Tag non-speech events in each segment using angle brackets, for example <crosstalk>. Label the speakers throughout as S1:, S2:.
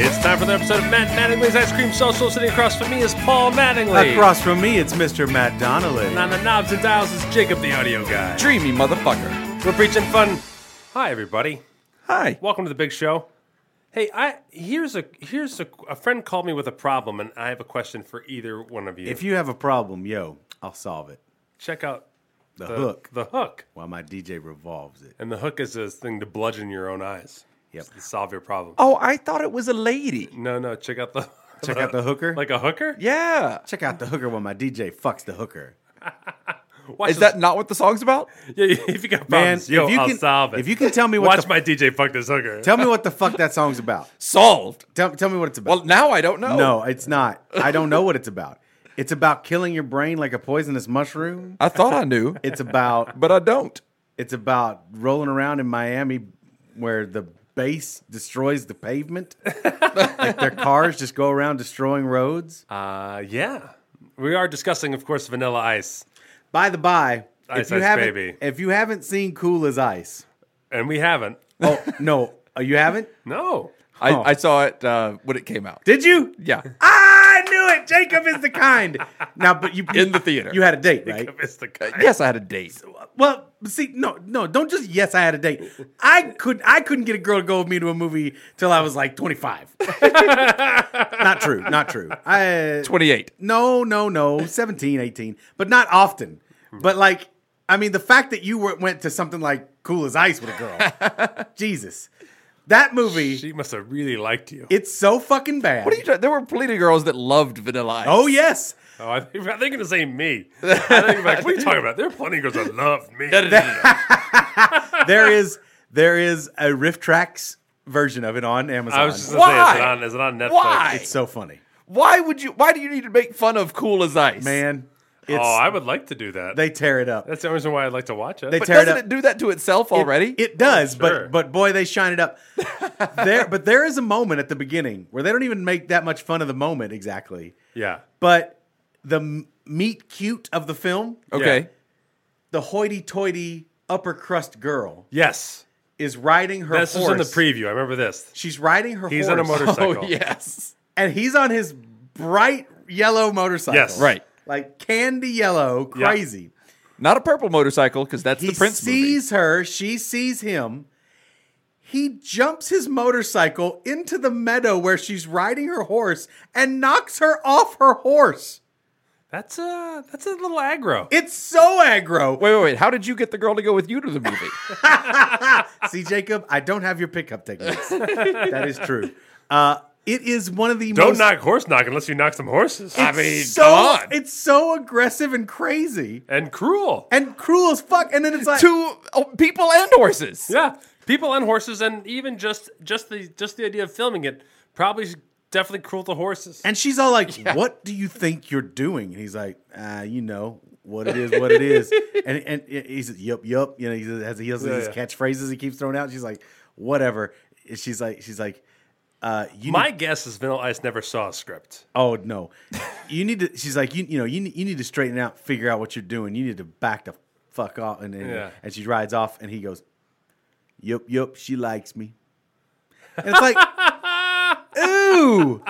S1: It's time for the episode of Matt Mattingly's Ice Cream Social. Sitting across from me is Paul Mattingly.
S2: Across from me, it's Mr. Matt Donnelly.
S1: And on the knobs and dials is Jacob, the audio guy.
S3: Dreamy motherfucker.
S1: We're preaching fun. Hi, everybody.
S3: Hi.
S1: Welcome to the big show. Hey, I here's a here's a, a friend called me with a problem, and I have a question for either one of you.
S2: If you have a problem, yo, I'll solve it.
S1: check out
S2: The, hook
S1: the hook,
S2: while my DJ revolves it.
S1: and the hook is this thing to bludgeon your own eyes.
S2: Yep.
S1: It's to solve your problem.
S3: Oh, I thought it was a lady.
S1: No, no, check out the
S2: <laughs> Check out the hooker.
S1: like a hooker.
S3: Yeah.
S2: Check out the hooker while my DJ fucks the hooker.
S1: Watch
S3: Is that not what the song's about?
S1: <laughs> Yeah, if you got
S2: Man,
S1: problems, yo,
S2: if you
S1: I'll
S2: can-
S1: solve it.
S2: if you can tell me what
S1: watch
S2: the-
S1: my DJ fuck this hooker.
S2: Tell me what the fuck that song's about.
S3: Solved.
S2: Tell, tell me what it's
S3: Well,
S2: about.
S3: now I don't know.
S2: no, it's not. I don't know what it's about. It's about killing your brain like a poisonous mushroom.
S3: I thought I knew,
S2: It's about
S3: but I don't.
S2: It's about rolling around in Miami where the base destroys the pavement. like their cars just go around destroying roads.
S1: Uh, yeah, we are discussing, of course, Vanilla Ice,
S2: By the by,
S1: Ice
S2: if you
S1: Ice
S2: haven't
S1: Baby.
S2: if you haven't seen Cool as
S3: <laughs>
S2: Ice,
S1: and we haven't.
S2: oh no, oh, you haven't? <laughs>
S1: No,
S2: Oh.
S3: I, I saw it uh, when it came out.
S2: Did you?
S3: Yeah.
S2: Ah, I knew it. Jacob is the kind. Now, but you
S3: In the theater.
S2: You had a date, right?
S1: it's the guy.
S3: Yes, I had a date.
S2: Well, see, no, no, don't just yes. I had a date. I could, I couldn't get a girl to go with me to a movie till I was like twenty five. <laughs> not true, not true. I
S3: 28.
S2: no, no, no, 17, 18, but not often. But like, I mean, the fact that you were, went to something like Cool as Ice with a girl,
S1: <laughs>
S2: Jesus, that movie,
S1: She must have really liked you.
S2: it's so fucking bad.
S3: What are you tra- There were plenty of girls that loved Vanilla Ice.
S2: oh yes, <laughs>
S1: Oh, I think, I think it's the same me. I think, like, what are you talking about? There are plenty of girls that love me.
S2: there is, there is a riff tracks version of it on Amazon.
S1: I was just
S3: Why?
S1: going to say, is it, on, is it on Netflix?
S3: Why?
S2: it's so funny,
S3: Why would you? Why do you need to make fun of Cool as Ice,
S2: man. It's,
S1: Oh, I would like to do that.
S2: they tear it up.
S1: That's the only reason why I'd like to watch it.
S2: They
S3: But
S2: tear it
S3: doesn't
S2: up.
S3: it do that to itself already?
S2: It does,
S1: Oh, sure.
S2: but but boy, they shine
S3: <laughs>
S2: it up. there, but there is a moment at the beginning where they don't even make that much fun of the moment exactly.
S1: yeah.
S2: But the m- meet cute of the film,
S3: okay.
S1: Yeah.
S2: the hoity-toity upper crust girl
S1: Yes.
S2: is riding her
S1: This was
S2: horse.
S1: in the preview. I remember this.
S2: She's riding her
S1: He's
S2: horse,
S1: on a
S3: <laughs>
S1: motorcycle.
S3: Oh yes.
S2: and he's on his bright yellow motorcycle.
S1: Yes.
S3: Right.
S2: like candy yellow,
S1: Yeah.
S2: crazy.
S3: Not a purple motorcycle because that's
S2: He
S3: the Prince movie.
S2: sees her, she sees him. He jumps his motorcycle into the meadow where she's riding her horse and knocks her off her horse.
S1: That's a that's a little aggro.
S2: It's so aggro.
S3: Wait, wait, wait. How did you get the girl to go with you to the movie?
S2: <laughs> See, Jacob, I don't have your
S3: <laughs>
S2: pickup techniques. that is true. Uh, it is one of the
S1: Don't
S2: most
S1: knock horse knock unless you knock some horses. I mean,
S2: so
S3: come on.
S2: it's so aggressive and crazy
S1: and cruel.
S2: and cruel as fuck. And then it's like
S3: Two oh, people and horses.
S1: <laughs> Yeah, people and horses, and even just just the just the idea of filming it probably is definitely cruel to horses.
S2: And she's all like, "What do you think you're doing?" And he's like, "Ah, you know what it is, what it
S1: <laughs>
S2: is." and and he says, "Yup, yup." You know, he has, he has these
S1: yeah.
S2: catchphrases he keeps throwing out. She's like, "Whatever." And she's like, "She's like, uh, you
S1: My
S2: need-
S1: guess is Vanilla Ice never saw a script.
S2: oh no, you need to." She's like, "You you know you need- you need to straighten out, figure out what you're doing. You need to back the fuck off." And and,
S1: Yeah.
S2: and she rides off, and he goes, "Yup, yup, she likes me." And it's like,
S1: <laughs>
S2: ooh,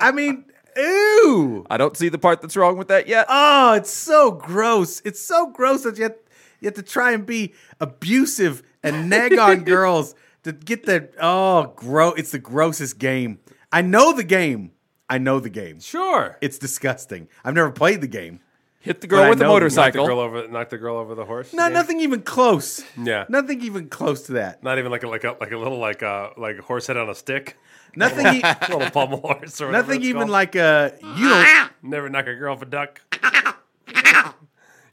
S2: I mean, ooh.
S3: I don't see the part that's wrong with that yet.
S2: Oh, it's so gross. It's so gross that you have, you have to try and be abusive and nag
S1: <laughs>
S2: on girls to get the oh gross. It's the grossest game. I know the game. I know the game.
S1: Sure,
S2: It's disgusting. I've never played the game.
S3: Hit the
S2: But I
S3: girl with the
S2: know you knocked the
S1: knock the
S3: motorcycle.
S1: girl over, knock the girl over the horse.
S2: No, nothing even close.
S1: Yeah.
S2: nothing even close
S1: <laughs>
S2: to that.
S1: Not even like a, like a like a little like a like a horse head on a stick, <laughs>
S2: Nothing, e-
S1: little pommel horse or whatever
S2: nothing
S1: it's
S2: even
S1: called.
S2: like a you don't.
S1: never knock a girl off a
S2: <laughs>
S1: duck.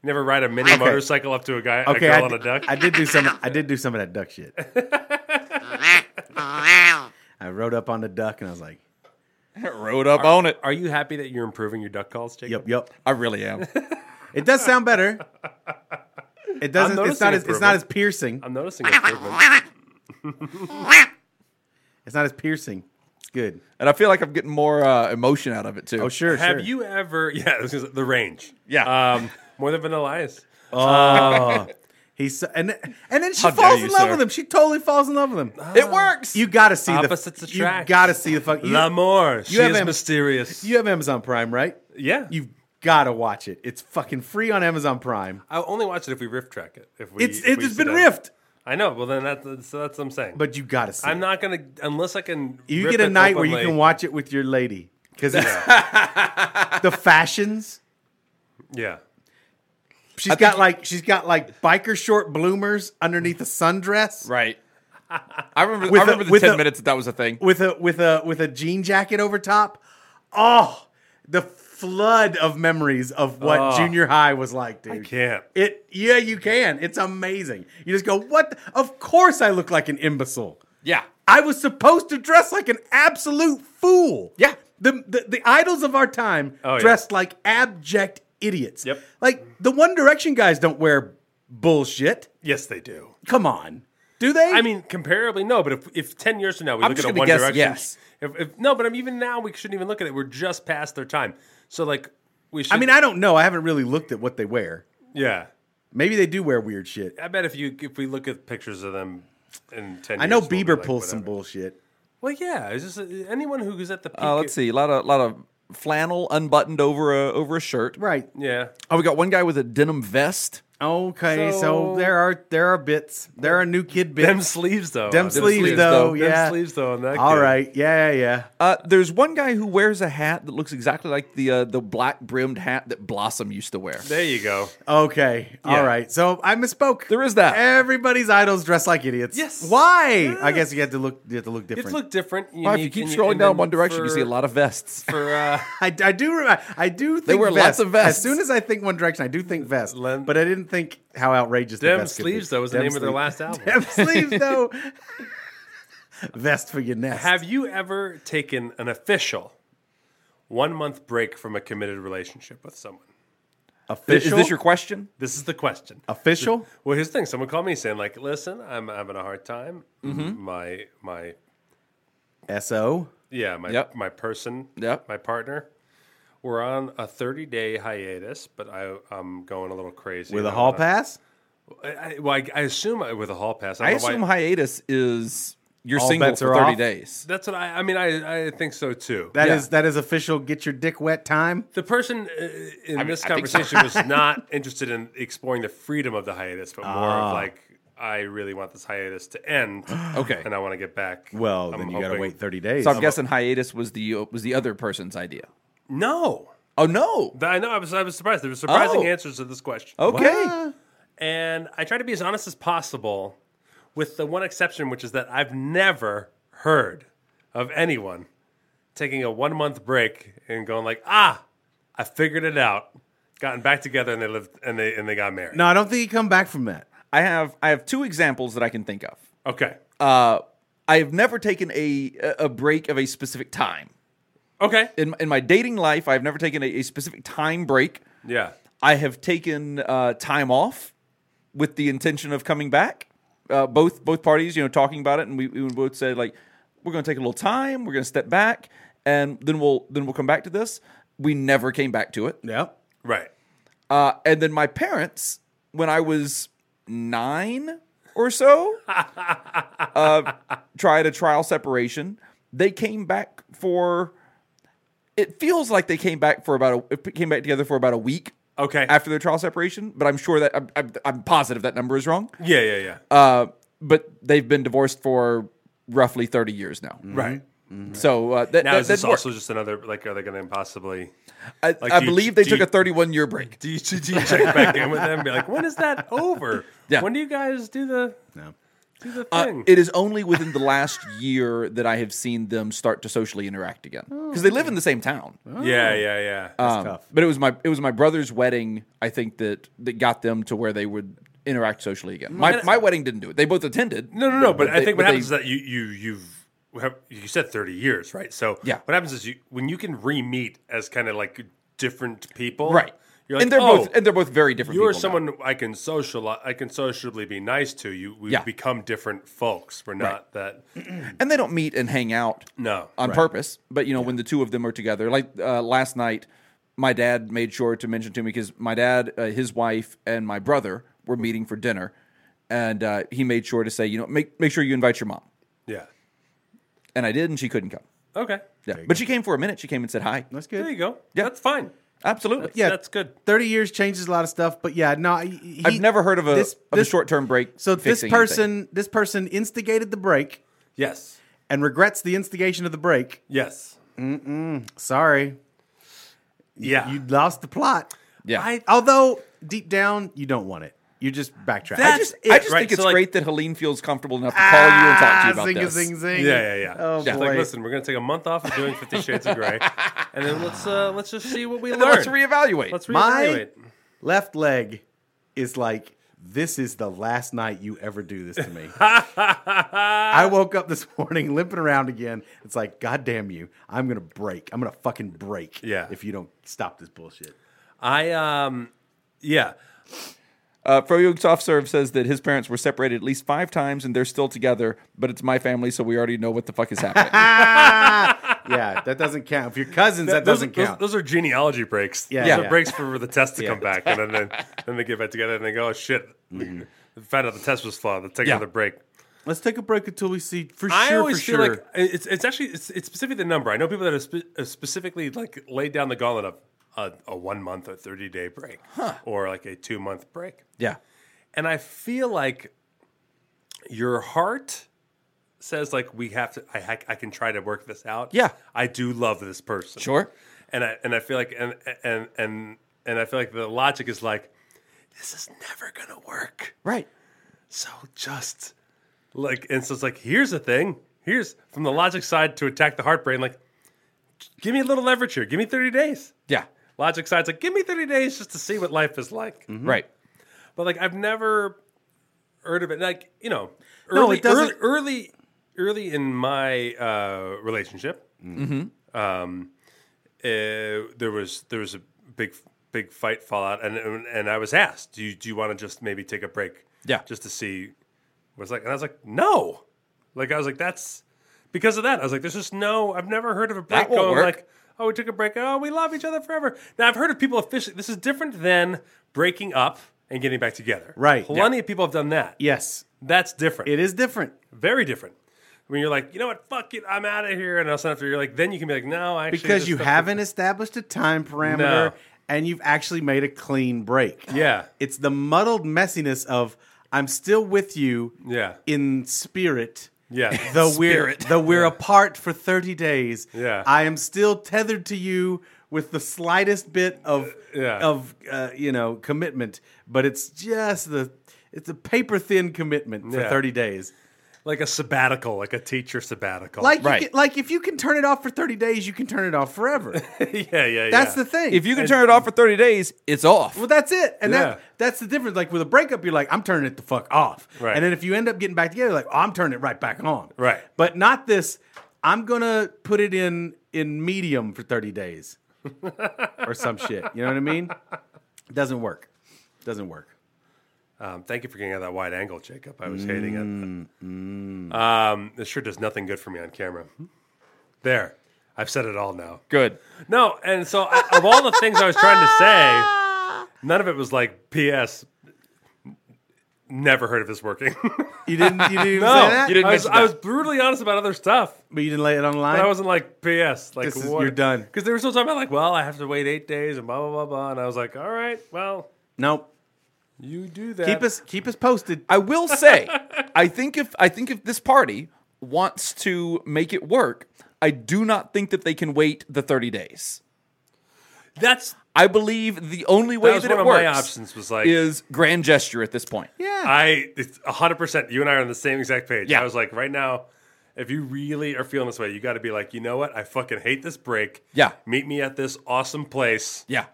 S1: never ride a mini motorcycle up to a guy
S2: Okay,
S1: a
S2: I
S1: girl on a
S2: d-
S1: duck.
S2: I did do some. I did do some of that duck shit.
S1: <laughs>
S2: I rode up on the duck and I was like,
S3: <laughs> Rode up on it.
S1: Are you happy that you're improving your duck calls, Jacob?
S2: "Yup, yup." <laughs>
S3: I really am.
S2: It does sound
S1: <laughs>
S2: better. It doesn't. It's
S1: noticing
S2: not. As, it's
S1: improvement.
S2: not as piercing.
S1: I'm
S2: <laughs>
S1: noticing improvement.
S2: It's not as piercing. It's good.
S3: And I feel like I'm getting more uh, emotion out of it too.
S2: Oh sure. Uh,
S1: Have
S2: sure.
S1: you ever? <laughs> Yeah, I was gonna say, the range.
S3: Yeah.
S1: um, more than Vanilla Ice.
S2: He's so, and and then she
S3: How dare
S2: falls
S3: you,
S2: in love
S3: sir.
S2: with him. She totally falls in love with him.
S3: It works.
S2: You gotta see
S1: Opposites
S2: the.
S1: attract.
S2: You gotta see the fuck. You,
S1: L'amour. She
S2: have
S1: is
S2: am-
S1: mysterious.
S2: you have Amazon Prime, right?
S1: yeah.
S2: You've gotta watch it. It's fucking free on Amazon Prime.
S1: I'll only watch it if we riff track it. If we,
S2: It's
S1: if we
S2: it's
S1: sit
S2: been
S1: down.
S2: riffed,
S1: I know. Well, then that's so that's what I'm saying.
S2: but you gotta see.
S1: I'm
S2: it.
S1: not gonna unless I can.
S2: You
S1: rip
S2: get a
S1: it
S2: night where you
S1: openly.
S2: can watch it with your lady because <laughs> the fashions.
S1: Yeah.
S2: She's got like she's got like biker short bloomers underneath a sundress, <laughs>
S3: right. I remember.
S2: With
S3: I
S2: a-
S3: remember the
S2: with
S3: ten
S2: a-
S3: minutes that that was a thing.
S2: with a with a with a jean jacket over top. Oh, the flood of memories of what
S1: Oh.
S2: junior high was like, dude. I
S1: can't.
S2: It yeah, you can. It's amazing. You just go, "What? the- Of course I look like an imbecile.
S3: Yeah.
S2: I was supposed to dress like an absolute fool."
S3: Yeah.
S2: The the, the idols of our time
S1: Oh, yeah.
S2: dressed like abject idiots.
S1: Yep.
S2: Like the One Direction guys don't wear bullshit.
S1: Yes, they do.
S2: Come on. Do they?
S1: I mean, comparably, no. But if, if ten years from now we
S3: I'm
S1: look
S3: just
S1: at a
S3: gonna
S1: One
S3: guess
S1: Direction,
S3: yes.
S1: If, if, no, but I'm even now we shouldn't even look at it. We're just past their time. So like we should.
S2: I mean, I don't know. I haven't really looked at what they wear.
S1: yeah.
S2: Maybe they do wear weird shit.
S1: I bet if you if we look at pictures of them in ten,
S2: I know
S1: years, we'll be
S2: Bieber
S1: like,
S2: pulls some
S1: whatever.
S2: bullshit.
S1: Well, yeah. It's just uh, anyone who's at the peak.
S3: Uh, let's see. A lot of lot of flannel unbuttoned over a over a shirt.
S2: Right.
S1: Yeah.
S3: Oh, we got one guy with a denim vest.
S2: Okay, so,
S1: So-
S2: there are there are bits. There are new kid bits.
S1: Them sleeves though.
S2: Them
S1: on-
S2: sleeves,
S3: sleeves,
S2: though.
S3: though.
S1: Them
S2: Yeah.
S1: sleeves though. On that.
S2: All
S1: kid.
S2: right. Yeah, yeah, yeah.
S3: Uh, there's one guy who wears a hat that looks exactly like the uh, the black brimmed hat that Blossom used to wear.
S1: There you go.
S2: Okay. All right. So I misspoke.
S3: There is that.
S2: Everybody's idols dress like idiots.
S1: Yes.
S2: Why? I guess you have to look. You have to look
S1: It's
S2: different.
S1: look different.
S3: Wow, if you
S1: unique,
S3: keep
S1: and
S3: scrolling
S1: and
S3: down
S1: then
S3: One Direction, you
S1: for-
S3: see a lot of <laughs> vests.
S1: <laughs> for uh,
S2: I, I do. remi- I do. Think
S3: wear lots
S2: vest.
S3: of vests.
S2: As soon as I think One Direction, I do think vest.
S1: Lem-
S2: but I didn't think how outrageous. the
S1: Dem
S2: vest could be.
S1: Sleeves, though, was the
S2: Dem
S1: name of their
S2: Sleeve-
S1: last album.
S2: <laughs> Dem sleeves though. vest for your nest.
S1: Have you ever taken an official one month break from a committed relationship with someone?
S3: Is
S2: official?
S3: this your question?
S1: This is the question.
S2: official?
S1: Well, here's the thing. Someone called me saying, like, listen, I'm having a hard time.
S3: Mm-hmm.
S1: My my
S2: So
S1: yeah, my
S3: Yep.
S1: my person,
S3: Yep.
S1: my partner. We're on a 30 day hiatus, but I I'm going a little crazy.
S2: with
S1: I
S2: a hall
S1: wanna-
S2: pass.
S1: I, I- well, I, I assume I- with a hall pass. I,
S3: I
S1: don't know why-
S3: assume hiatus is you're
S2: All
S3: single
S2: bets
S3: for
S2: are
S3: 30
S2: off?
S3: days.
S1: That's what I. I mean, I I think so too.
S2: That is
S3: Yeah.
S2: that is official. Get your dick wet time.
S1: The person uh, in this
S3: I think so.
S1: conversation was
S3: <laughs>
S1: not interested in exploring the freedom of the hiatus, but more
S3: Ah.
S1: of like, I really want this hiatus to end.
S3: <gasps> Okay.
S1: And I want to get back.
S2: Well,
S1: I'm
S2: then you got to
S1: hoping-
S2: wait thirty days.
S3: So I'm guessing hiatus was the was the other person's idea.
S1: No.
S3: Oh no.
S1: Th- I know. I was, I was surprised. There were surprising
S3: Oh.
S1: answers to this question.
S3: Okay.
S2: Wow.
S1: And I tried to be as honest as possible, with the one exception, which is that I've never heard of anyone taking a one month break and going like, ah, I figured it out, gotten back together, and they lived and they and they got married.
S2: No, I don't think you come back from that.
S3: I have I have two examples that I can think of.
S1: Okay.
S3: Uh, I have never taken a a break of a specific time.
S1: Okay.
S3: In in my dating life, I've never taken a, a specific time break.
S1: Yeah.
S3: I have taken uh, time off with the intention of coming back. Uh, both both parties, you know, talking about it, and we, we would both say like, we're going to take a little time, we're going to step back, and then we'll then we'll come back to this. We never came back to it.
S2: Yep.
S1: Right.
S3: Uh, and then my parents, when I was nine or so, uh, tried a trial separation. They came back for. It feels like they came back for about a came back together for about a week
S1: Okay.
S3: after their trial separation, but I'm sure that I'm, I'm, I'm positive that number is wrong.
S1: yeah, yeah, yeah.
S3: Uh, but they've been divorced for roughly 30 years now.
S1: Mm-hmm. right.
S3: So uh, that,
S1: Now
S3: that,
S1: is this
S3: that'd work.
S1: also just another like are they going to possibly
S3: I,
S1: like,
S3: I
S1: do you-
S3: believe they
S1: do
S3: took
S1: you-
S3: a 31 year break.
S1: do you, <laughs> do you check back in with them and be like when is that over?
S3: Yeah.
S1: When do you guys do the
S2: No.
S1: do the
S3: Uh,
S1: thing?
S3: it is only within the last year that I have seen them start to socially interact again because they live in the same town.
S1: Oh. yeah, yeah, yeah.
S3: Um,
S2: It's tough.
S3: But it was my it was my brother's wedding. I think that that got them to where they would interact socially again. My my wedding didn't do it. They both attended.
S1: no, no, no. But, I
S3: they-
S1: think what
S3: but
S1: happens
S3: they-
S1: is that you you you've we have- you said thirty years, right? So
S3: Yeah.
S1: what happens is you when you can re meet as kind of like different people,
S3: Right.
S1: You're like,
S3: and they're
S1: oh,
S3: both and they're both very different.
S1: You're
S3: people now.
S1: someone I can socialize. I can sociably be nice to. You we
S3: Yeah.
S1: become different folks. We're not that.
S3: and they don't meet and hang out <clears throat>
S1: No.
S3: on purpose. But you know, when the two of them are together, like uh, last night, my dad made sure to mention to me because my dad, uh, his wife, and my brother were meeting for dinner, and uh, he made sure to say, you know, make make sure you invite your mom.
S1: Yeah.
S3: And I did, and she couldn't come.
S1: Okay.
S3: Yeah, but she came for a minute. She came and said hi.
S2: That's
S1: There
S2: good.
S1: you go. Yeah. That's fine.
S3: Absolutely.
S2: Yeah.
S1: That's good.
S2: Thirty years changes a lot of stuff, but yeah, no. He,
S3: I've never heard of a,
S2: this-
S3: of
S2: this-
S3: a short-term break.
S2: So this
S3: fixing anything.
S2: person, this person instigated the break
S1: Yes.
S2: and regrets the instigation of the break.
S1: Yes.
S2: Sorry,
S1: Yeah. <sighs>
S2: you lost the plot.
S3: yeah,
S1: I-
S2: Although deep down, you don't want it. You're just backtracking.
S3: I
S1: That's
S3: just,
S1: it,
S3: I just
S1: right?
S3: think it's
S1: So, like- Ah,
S3: great that Helene feels comfortable enough to call you and talk to you about
S2: zing,
S3: this.
S2: zing, zing.
S1: yeah, yeah, yeah.
S2: Oh,
S1: She's
S2: boy.
S1: like, listen, we're gonna take a month off of doing Fifty Shades of Grey, and then let's uh let's just see what we
S3: And then
S1: learn.
S3: let's reevaluate.
S1: Let's
S2: My-
S1: reevaluate.
S2: Left leg is like, this is the last night you ever do this to
S1: <laughs>
S2: me. I woke up this morning limping around again. It's like, God damn you. I'm going to break. I'm going to fucking break
S1: Yeah.
S2: if you don't stop this bullshit.
S1: I um, yeah.
S3: Uh, Froyug Soft Serve says that his parents were separated at least five times and they're still together, but it's my family, so we already know what the fuck is happening.
S2: Yeah, that doesn't count. If your cousins, that
S1: Those-
S2: doesn't
S1: those,
S2: count.
S1: Those, are genealogy breaks.
S2: Yeah,
S1: those
S2: yeah.
S1: are breaks for the test to come back, and then
S2: <laughs>
S1: they, then they get back together and they go, "Oh shit,
S2: Mm-hmm.
S1: found out the test was flawed. Let's take
S3: Yeah.
S1: another break."
S2: Let's take a break until we see for
S1: I
S2: sure.
S1: always
S2: for
S1: feel
S2: sure.
S1: like it's it's actually it's, it's specifically the number. I know people that have spe- have specifically like laid down the gauntlet of a, a one month or thirty day break, or like a two month break.
S3: <laughs> yeah.
S1: and I feel like your heart says like we have to. I ha- I can try to work this out.
S3: Yeah.
S1: I do love this person.
S3: Sure.
S1: and I and I feel like and and and and I feel like the logic is like this is never gonna work.
S3: Right.
S1: So just like and so it's like here's the thing. Here's from the logic side to attack the heart brain. Like, give me a little leverage here. Give me thirty days.
S3: Yeah.
S1: Logic side's like, give me thirty days just to see what life is like.
S3: Right.
S1: But like I've never heard of it. Like you know, early,
S2: No, it doesn't-
S1: Early, early, early in my uh, relationship,
S3: Mm-hmm.
S1: um, uh, there was there was a big big fight fallout, and and, and I was asked, do you do you want to just maybe take a break?
S3: Yeah.
S1: just to see what's like, and I was like, no, like I was like that's because of that. I was like, there's just no. I've never heard of a break
S3: That won't
S1: going
S3: work.
S1: like. Oh, we took a break. Oh, we love each other forever. Now, I've heard of people officially. This is different than breaking up and getting back together.
S2: Right.
S1: Plenty of people have done that.
S2: yes,
S1: That's different.
S2: it is different.
S1: Very different. When you're like, you know what, fuck it, I'm out of here. And all of a sudden after you're like, then you can be like, no, actually.
S2: because
S1: this
S2: you
S1: stuff-
S2: haven't established a time parameter
S1: No.
S2: and you've actually made a clean break.
S1: Yeah.
S2: It's the muddled messiness of I'm still with you
S1: Yeah.
S2: in spirit. <laughs>
S1: Yeah.
S2: Though we're
S3: Spirit.
S2: though we're apart for 30 days.
S1: Yeah.
S2: I am still tethered to you with the slightest bit of
S1: yeah.
S2: of uh, you know commitment, but it's just the it's a paper thin commitment for
S1: Yeah.
S2: 30 days.
S1: like a sabbatical, like a teacher sabbatical.
S2: Like
S3: Right.
S2: you can, like if you can turn it off for 30 days, you can turn it off forever.
S1: <laughs> <laughs> yeah, yeah, yeah.
S2: That's the thing.
S3: If you can turn it off for 30 days, it's off.
S2: Well, that's it, and that
S1: Yeah.
S2: that's the difference. Like with a breakup, you're like, I'm turning it the fuck off,
S1: Right.
S2: and then if you end up getting back together, you're like, oh, I'm turning it right back on,
S1: Right.
S2: But not this. I'm gonna put it in in medium for 30 days, or some shit. You know what I mean? Doesn't work. Doesn't work.
S1: Um, thank you for getting out that wide angle, Jacob. I was
S2: Mm,
S1: hating it. Um, this sure does nothing good for me on camera. There. I've said it all now.
S3: Good.
S1: No, and so I, of all the things I was trying to
S3: <laughs>
S1: say, none of it was like P.S. Never heard of this working. <laughs>
S2: You didn't. You didn't even say that.
S3: you didn't
S1: I was,
S3: mention
S1: I
S3: that.
S1: was brutally honest about other stuff.
S2: But you didn't lay it on the
S1: But I
S2: line.
S1: wasn't like P.S. Like
S2: This is-
S1: what-
S2: you're done.
S1: Because they were still talking about like, well, I have to wait eight days and blah blah blah blah. And I was like, all right, well,
S2: Nope.
S1: you do that.
S2: Keep us keep us posted.
S3: I will
S1: <laughs>
S3: say, I think if I think if this party wants to make it work, I do not think that they can wait the 30 days.
S1: That's
S3: I believe the only way
S1: that
S3: that,
S1: was one
S3: it
S1: of
S3: works
S1: my options. Was like,
S3: is grand gesture at this point.
S2: yeah.
S1: I it's hundred percent. You and I are on the same exact page.
S3: Yeah.
S1: I was like, right now, if you really are feeling this way, you got to be like, you know what? I fucking hate this break.
S3: Yeah.
S1: Meet me at this awesome place
S3: Yeah.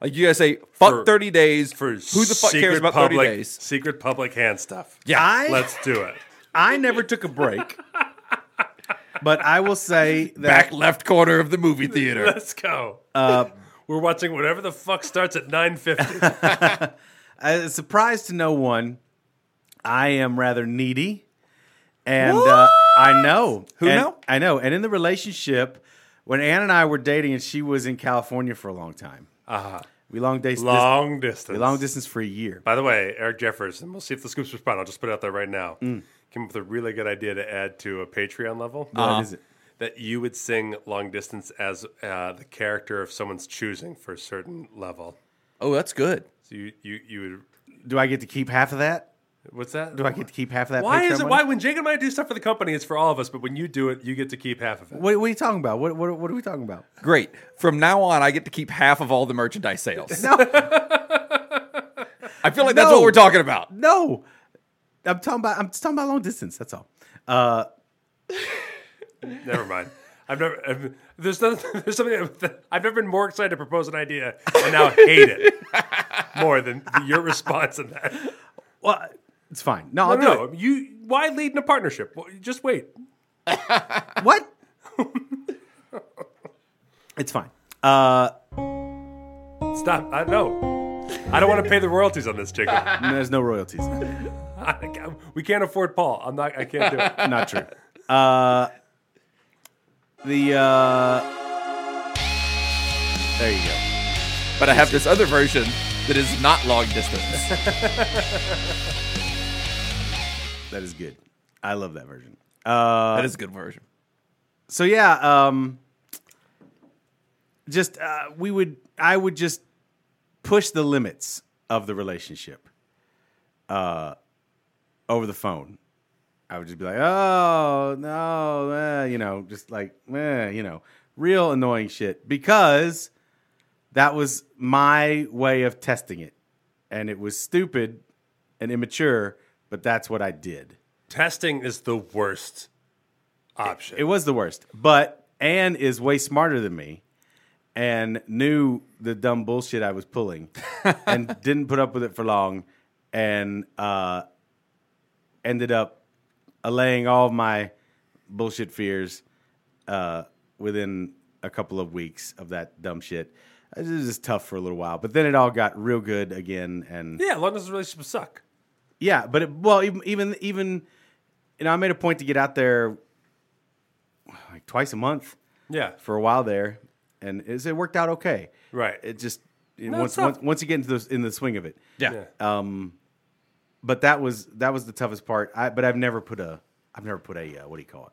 S3: Like you gotta say, fuck
S1: For-
S3: 30 days.
S1: for
S3: Who the fuck
S1: secret
S3: cares about
S1: public,
S3: 30 days?
S1: Secret public hand stuff.
S3: Yeah.
S2: I-
S1: Let's do it. <laughs>
S2: I never took a break. But I will say that
S3: Back left corner of the movie theater.
S2: Uh,
S1: Let's go. <laughs> We're watching whatever the fuck starts at
S2: <laughs>
S1: 9.50.
S2: A surprise to no one, I am rather needy, and uh, I know
S3: Who
S2: And-
S3: now?
S2: I know, and in the relationship, when Ann and I were dating, and she was in California for a long time. Uh huh. We long days
S1: Uh-huh. Long distance.
S2: we long distance for a year.
S1: By the way, Eric Jeffers, and we'll see if the scoops respond. I'll just put it out there right now.
S2: Mm.
S1: Came up with a really good idea to add to a Patreon level.
S2: What is it?
S1: That you would sing long distance as uh, the character of someone's choosing for a certain level.
S3: <laughs> Oh, that's good.
S1: So you, you, you
S2: Do I get to keep half of that?
S1: would, what's that?
S2: Do I get to keep half of that?
S1: Why
S2: Patreon
S1: is it?
S2: money?
S1: Why when Jake and I do stuff for the company, it's for all of us. But when you do it, you get to keep half of it.
S2: What, what are you talking about? What, what, what are we talking about?
S3: Great. From now on, I get to keep half of all the merchandise sales.
S2: <laughs> No.
S3: I feel like that's
S2: No.
S3: what we're talking about.
S2: No, I'm talking about I'm just talking about long distance. That's all. Uh,
S1: Never mind. I've never. I've, there's nothing. <laughs> There's something. that- I've never been more excited to propose an idea and now hate it more than your response in that.
S2: well, it's fine. No,
S1: I
S2: I'll
S1: don't know.
S2: do
S1: You why lead in a partnership? Well, Just wait.
S2: it. What? it's fine. Uh,
S1: Stop. I no. I don't want to pay the royalties on this,
S2: <laughs>
S1: Jacob.
S2: there's no royalties.
S1: I- we can't afford Paul. I'm not. I can't do it.
S2: Not true. Uh, the uh, there you go.
S3: But I have this other version that is not long distance.
S2: That is good. I love that version. <laughs> Uh,
S3: that is a good version.
S2: so yeah, um, just uh, we would I would just push the limits of the relationship uh, over the phone. I would just be like, oh no, eh," you know, just like eh, you know, real annoying shit because that was my way of testing it, and it was stupid and immature, but that's what I did.
S1: Testing is the worst option.
S2: It was the worst. But Anne is way smarter than me and knew the dumb bullshit I was pulling and didn't put up with it for long and uh, ended up allaying all of my bullshit fears uh, within a couple of weeks of that dumb shit. It was just tough for a little while, but then it all got real good again and
S1: yeah, long distance relationships suck.
S2: yeah, but it, well, even even even you know, I made a point to get out there like twice a month
S1: Yeah.
S2: for a while there, and it, it worked out okay.
S1: Right.
S2: It just it,
S1: No,
S2: once,
S1: it's not-
S2: once once you get into the, in the swing of it.
S1: Yeah.
S2: But that was that was the toughest part. I but I've never put a I've never put a uh, what do you call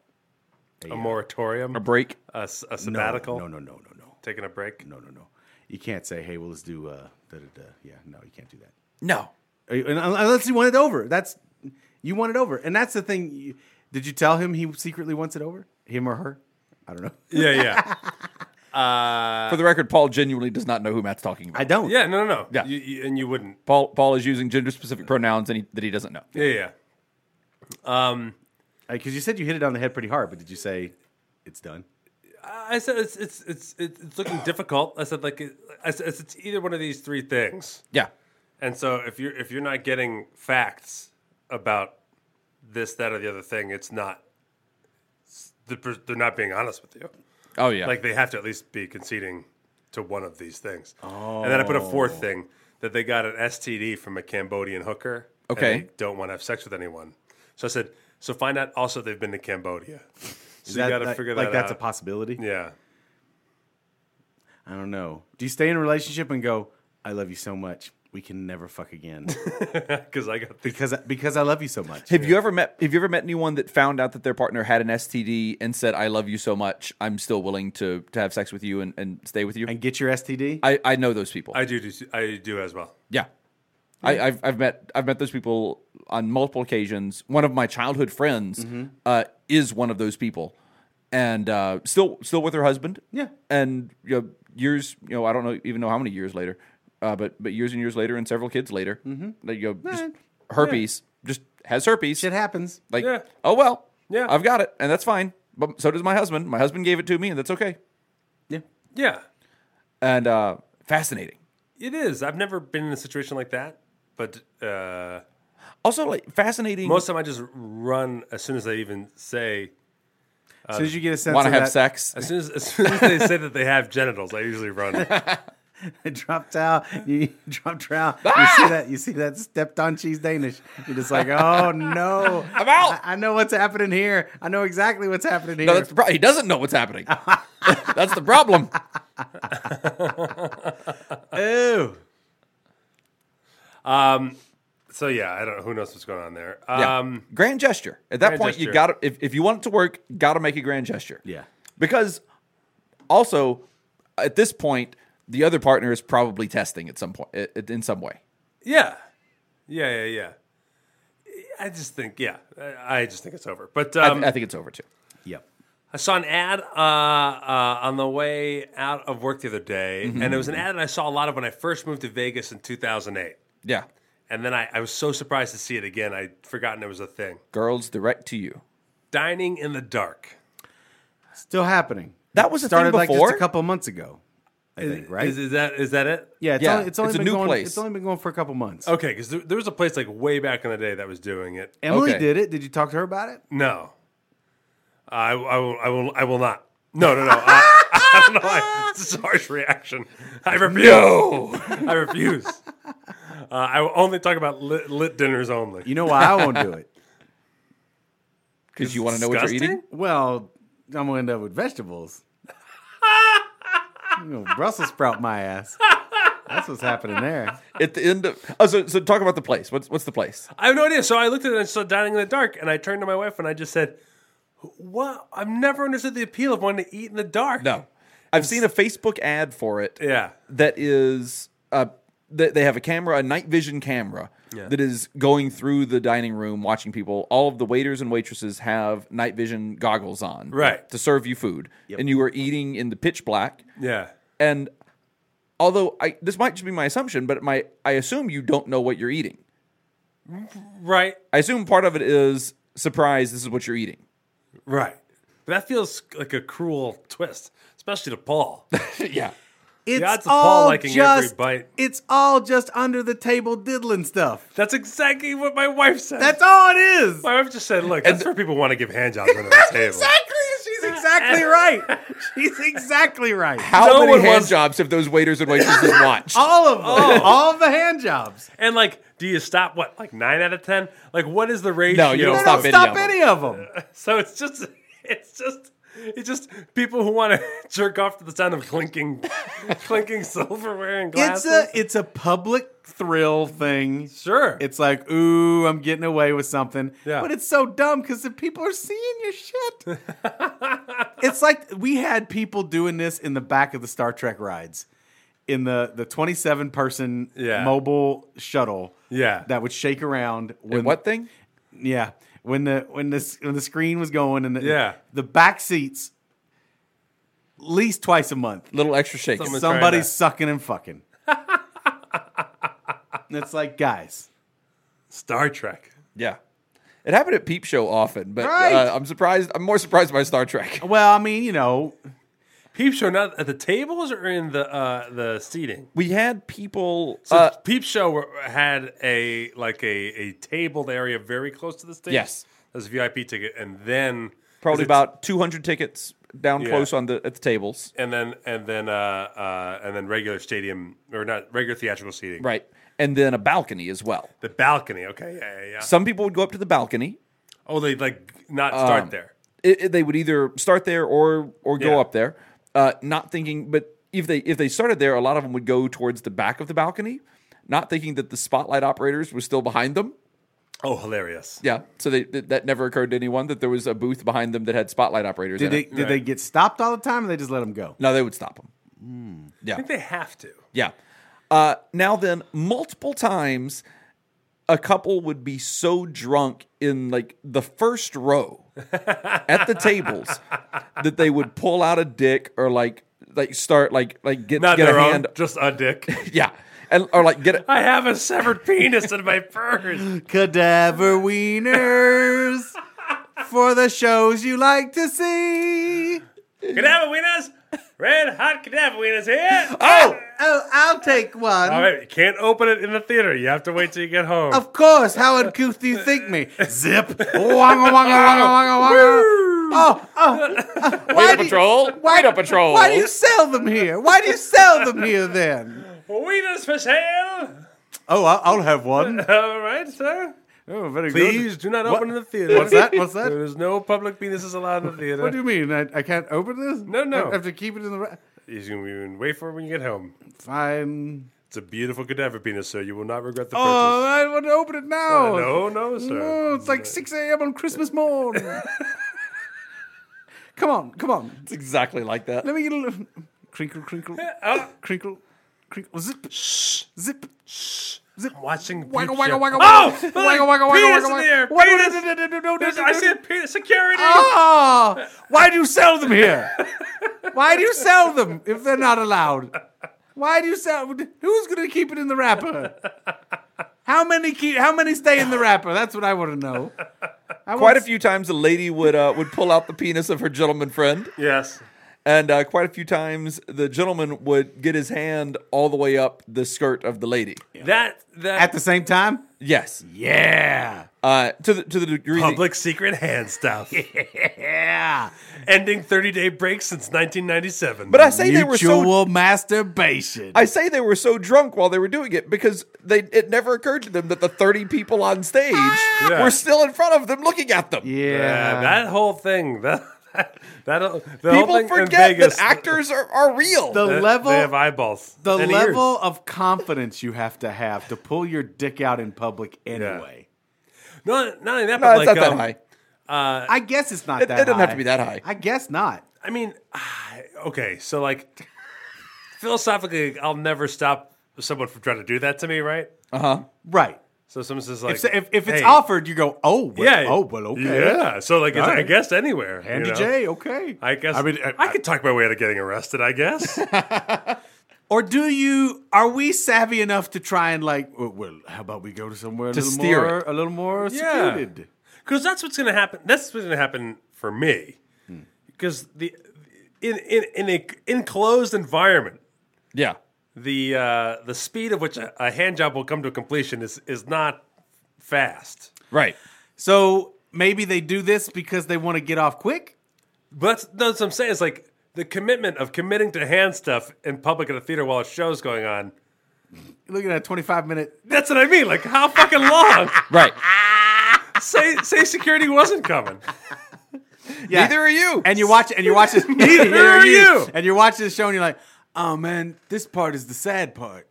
S2: it?
S1: a moratorium.
S3: A break.
S1: A, s- a
S2: No,
S1: sabbatical.
S2: No, no, no, no, no,
S1: Taking a break.
S2: no, no, no. You can't say, hey, well, let's do uh, da da da. Yeah, no, you can't do that.
S3: No.
S2: Are you- and Unless you want it over, that's you want it over, and that's the thing. You- Did you tell him he secretly wants it over? Him or her? I don't know.
S1: Yeah, yeah,
S3: For the record, Paul genuinely does not know who Matt's talking about.
S2: Uh, I don't.
S1: yeah. No, no, no.
S3: Yeah.
S1: You, you, and you wouldn't.
S3: Paul Paul is using gender specific pronouns and he, that he doesn't know.
S1: Yeah, yeah. Um,
S2: because you said you hit it on the head pretty hard, but did you say it's done?
S1: I said it's it's it's it's it's looking difficult. I said like it, I said, it's either one of these three things.
S3: Yeah.
S1: And so if you're if you're not getting facts about this, that, or the other thing, it's not. it's- the per- They're not being honest with you.
S3: Oh yeah.
S1: Like they have to at least be conceding to one of these things. Oh. And then I put a fourth thing that they got an STD from a Cambodian hooker. and
S3: Okay.
S1: they don't want to have sex with anyone. So I said, so find out also they've been to Cambodia. So you
S2: That-
S1: got to
S2: that-
S1: figure that
S2: like
S1: out.
S2: that's a possibility.
S1: yeah. <laughs>
S2: I don't know. Do you stay in a relationship and go, "I love you so much, we can never
S3: <laughs>
S2: fuck again,"
S1: Because I got the
S2: because I- because I love you so much?
S3: have you ever met have you ever met anyone that found out that their partner had an STD and said, I love you so much, I'm still willing to to have sex with you and, and stay with you?
S2: And get your STD.
S3: I, I know those people.
S1: I do, do I do as well.
S3: Yeah. I, I've I've met I've met those people on multiple occasions. One of my childhood friends uh, is one of those people, and uh, still still with her husband.
S2: Yeah.
S3: and you know, years you know I don't know even know how many years later, uh, but but years and years later, and several kids later, like you know, just
S2: Eh,
S3: herpes just has herpes.
S2: Shit happens.
S3: Like
S1: Yeah.
S3: oh well,
S1: Yeah.
S3: I've got it, and that's fine. But so does my husband. My husband gave it to me, and that's okay. uh,
S2: Yeah.
S1: Yeah,
S3: And uh, fascinating.
S1: it is. I've never been in a situation like that, but uh,
S3: Also, like fascinating.
S1: most of the time I just run as soon as they even say,
S2: As soon as you get a sense,
S3: want to
S2: of
S3: have
S2: that-
S3: sex?
S1: as soon as, as soon as they say that they have genitals, I usually run.
S2: I <laughs> dropped out. You <laughs> dropped out.
S3: Ah!
S2: You see that? You see that stepped on cheese Danish? You're just
S3: <laughs>
S2: like, oh no! I'm
S3: out.
S2: I, I know what's happening here. I know exactly what's happening
S3: <laughs>
S2: here.
S3: No, that's the pro- he doesn't know what's happening. <laughs> that's the
S1: <laughs>
S3: problem.
S2: Ew.
S1: Um, So yeah, I don't know. Who knows what's going on there?
S3: Yeah.
S1: Um,
S3: grand gesture. At that
S1: grand
S3: point, you
S1: gesture.
S3: got to if, if you want it to work, got to make a grand gesture.
S2: Yeah.
S3: Because also at this point, the other partner is probably testing at some point i- i- in some way.
S1: yeah. yeah, yeah, yeah, I just think, yeah, I I just think it's over. But
S3: I,
S1: um,
S3: I think it's over too.
S2: Yep.
S1: I saw an ad uh, uh, on the way out of work the other day, and it was an ad that I saw a lot of when I first moved to Vegas in 2008.
S3: Yeah.
S1: And then I, I was so surprised to see it again, I'd forgotten it was a thing.
S3: Girls direct to you.
S1: Dining in the dark.
S2: Still happening.
S3: That was a thing
S2: started like just
S3: before?
S2: a couple months ago. I think right.
S1: Is, is that is that it?
S2: yeah, it's
S3: Yeah,
S2: only, it's only
S3: it's a
S2: been
S3: new
S2: going,
S3: place.
S2: It's only been going for a couple months.
S1: Okay, because there, there was a place like way back in the day that was doing it.
S2: Emily
S3: Okay.
S2: did it. Did you talk to her about it?
S1: No, I, I will. I will. I will not. No, no, no. Uh, I <laughs> don't know. why. This is a harsh reaction. I refuse.
S3: <laughs>
S1: I refuse. Uh, I will only talk about lit, lit dinners only.
S2: You know why I won't do it?
S3: Because you want to know what you're
S1: Disgusting?
S3: eating?
S2: Well, I'm gonna end up with vegetables. I'm gonna Brussels sprout my ass. That's what's happening there.
S3: At the end of oh, so, so talk about the place. What's what's the place?
S1: I have no idea. So I looked at it and saw dining in the dark, and I turned to my wife and I just said, "What? I've never understood the appeal of wanting to eat in the dark."
S3: No. I've seen a Facebook ad for it
S1: Yeah.
S3: that is uh that they have a camera, a night vision camera that is going through the dining room watching people. All of the waiters and waitresses have night vision goggles on.
S1: Right.
S3: To serve you food. And you are eating in the pitch black.
S1: Yeah.
S3: And although I this might just be my assumption, but my I assume you don't know what you're eating.
S1: Right.
S3: I assume part of it is surprise, this is what you're eating.
S1: Right. But that feels like a cruel twist, especially to Paul.
S3: <laughs> yeah.
S2: It's
S1: odds of Paul
S2: all
S1: liking every
S2: just.
S1: bite.
S2: It's all just under the table diddling stuff.
S1: That's exactly what my wife said.
S2: That's all it is.
S1: My wife just said, "Look, that's where people want to give handjobs under
S2: <laughs>
S1: the table."
S2: Exactly. She's exactly right. She's exactly right.
S3: How
S1: No
S3: many
S1: one
S3: hand
S1: wants-
S3: jobs have those waiters and waitresses watched?
S2: All of them. All the hand jobs.
S1: <laughs> And like, do you stop what like nine out of ten? Like, what is the ratio?
S3: No, you don't
S2: They
S3: Stop
S2: don't
S3: any
S2: stop
S3: of 'em.
S2: any of them.
S1: So it's just, it's just, it's just people who want to <laughs> jerk off to the sound of
S2: <laughs>
S1: clinking, clinking silverware and
S2: It's
S1: glasses.
S2: a it's a public thrill thing.
S1: sure.
S2: It's like, ooh, I'm getting away with something.
S1: Yeah.
S2: But it's so dumb because the people are seeing your shit. <laughs> it's like we had people doing this in the back of the Star Trek rides. In the, the 27 person
S1: Yeah.
S2: mobile shuttle
S1: Yeah.
S2: that would shake around when
S3: And what thing?
S2: yeah when the when this when the screen was going and the,
S1: Yeah.
S2: the back seats at least twice a month
S3: Little extra shakes.
S1: Someone- I'm gonna try
S2: somebody's
S1: that.
S2: sucking and fucking <laughs> and it's like guys
S1: Star Trek.
S3: Yeah. It happened at Peep Show often, but
S2: Right.
S3: uh, I'm surprised. I'm more surprised by Star Trek.
S2: well i mean you know
S1: Peep show not at the tables or in the uh the seating.
S3: We had people.
S1: So
S3: uh,
S1: Peep Show were- had a like a a tabled area very close to the stage.
S3: Yes.
S1: as a VIP ticket, and then
S3: probably
S1: is it-
S3: about 200 tickets down
S1: Yeah.
S3: close on the at the tables.
S1: and then and then uh, uh, and then regular stadium or not regular theatrical seating.
S3: Right. And then a balcony as well.
S1: The balcony. Okay. Yeah. Yeah. yeah.
S3: Some people would go up to the balcony.
S1: Oh, they like not start
S3: Um,
S1: there.
S3: It, it- they would either start there or or go
S1: Yeah.
S3: up there, uh, not thinking. But if they if they started there, a lot of them would go towards the back of the balcony, not thinking that the spotlight operators were still behind them.
S1: Oh, hilarious.
S3: Yeah. So they, that that never occurred to anyone that there was a booth behind them that had spotlight operators.
S2: did
S3: in
S2: they
S3: it.
S2: did they get stopped all the time or they just let them go <laughs>
S3: No, they would stop him.
S1: I think they have to.
S3: Yeah. Uh, now then, multiple times, a couple would be so drunk in like the first
S2: <laughs>
S3: row at the tables that they would pull out a dick or like like start like like get
S1: Not
S3: get
S1: their
S3: a
S1: own,
S3: hand.
S1: just a
S3: <laughs>
S1: dick.
S3: Yeah. And or like
S2: <laughs>
S3: get a,
S1: I have a severed penis in my purse.
S2: cadaver wieners for the shows you like to see
S1: Cadaver wieners, red hot cadaver wieners here.
S3: oh
S2: oh i'll take one
S1: All right, you can't open it in the theater. You have to wait till you get home. <laughs>
S2: Oh, Of course, how uncouth do you think me? Zip. Wanga, wanga, wanga, wanga, wanga. Oh, oh,
S4: Wait a
S2: do you-
S4: patrol. Wait a patrol.
S2: why do you sell them here? Why do you sell them here then?
S1: Wieners for sale. <laughs>
S2: Oh, I- I'll have one.
S1: All right, sir.
S2: Oh, very
S1: Please
S2: good.
S1: do not open the theater.
S2: What's that? What's that?
S1: There is no public penises allowed in the theater.
S2: What do you mean? I, I can't open this?
S1: No, no.
S2: I have to keep it in the. Ra-
S1: He's going to be wait for it when you get home.
S2: Fine.
S1: It's a beautiful cadaver penis, sir. You will not regret the purchase.
S2: Oh, I want to open it now.
S1: no, no, sir.
S2: No, it's like 6 a.m. on Christmas morn. <laughs> come on, come on.
S3: It's exactly like that.
S2: Let me get a little. Crinkle, crinkle.
S1: Oh,
S2: crinkle, crinkle. Zip. Zip.
S1: I'm watching.
S2: Waggle,
S1: Peep
S2: waggle,
S1: Show.
S2: waggle,
S1: Oh,
S2: waggle.
S1: waggle,
S2: Waggle, waggle, waggle,
S1: penis
S2: waggle,
S1: in the air.
S2: waggle.
S1: Penis.
S2: No, no, no, no, no,
S1: There's-
S2: no,
S1: I
S2: no,
S1: see a penis. Security.
S2: Oh, why do you sell them here? Why do you sell them if they're not allowed? Why do you sell? Who's going to keep it in the wrapper? How many keep? How many stay in the wrapper? That's what I want to know. I
S3: Quite a
S2: want-
S3: few times, a lady would uh, would pull out the penis of her gentleman friend,
S1: Yes.
S3: and uh, quite a few times, the gentleman would get his hand all the way up the skirt of the lady.
S1: That that
S2: at the same time.
S3: Yes,
S2: Yeah,
S3: uh, to the to the degree that-
S1: public secret hand
S2: <laughs>
S1: stuff.
S2: yeah.
S1: Ending 30 day break since 1997.
S3: But I say they were so
S2: Mutual masturbation.
S3: I say they were so drunk while they were doing it because they it never occurred to them that the 30 people on stage
S1: Yeah.
S3: were still in front of them looking at them.
S2: yeah,
S1: Yeah, that whole thing. <laughs> That that, that the whole
S3: People
S1: thing in
S3: forget
S1: Vegas. uh,
S3: that actors are, are real.
S2: the
S1: they-
S2: level.
S1: They have eyeballs.
S2: the
S1: and
S2: level
S1: ears.
S2: of confidence you have to have to pull your dick out in public anyway.
S1: No, not only that,
S3: no,
S1: but
S3: it's
S1: like,
S3: not that
S1: um,
S3: high.
S2: I guess it's not
S3: It, it
S2: that.
S3: doesn't have
S2: high.
S3: to be that high.
S2: I guess not.
S1: I mean, okay, so like philosophically, I'll never stop someone from trying to do that to me, right?
S2: Right.
S1: So someone says like,
S2: So if, if it's
S1: hey,
S2: offered, you go, oh, well,
S1: yeah,
S2: oh, well, okay.
S1: yeah. So like, it's, I
S2: Alright.
S1: guess anywhere, you
S2: Andy
S1: know?
S2: J, okay.
S1: I guess. I mean, I, could talk my way out of getting arrested. I guess.
S2: Or do you? Are we savvy enough to try and like? Well, well, how about we go to somewhere a
S3: To
S2: little
S3: steer
S2: more,
S3: it.
S2: a little more
S1: Yeah.
S2: secluded?
S1: because that's what's going to happen. That's what's going to happen for me. Because the in in in a enclosed environment,
S3: Yeah.
S1: the uh, the speed of which a, a hand job will come to completion is is not fast.
S3: Right.
S2: So maybe they do this because they want to get off quick.
S1: But that's, that's what I'm saying. It's like the commitment of committing to hand stuff in public at a theater while a show's going on.
S2: You're looking at a 25 minute.
S1: That's what I mean. Like how fucking long?
S3: Right.
S1: say say security wasn't coming.
S2: Yeah.
S3: Neither are you.
S2: and you watch and you watch <laughs> this. Neither
S1: are you.
S2: And you're watching this show and you're like, oh man, this part is the sad part.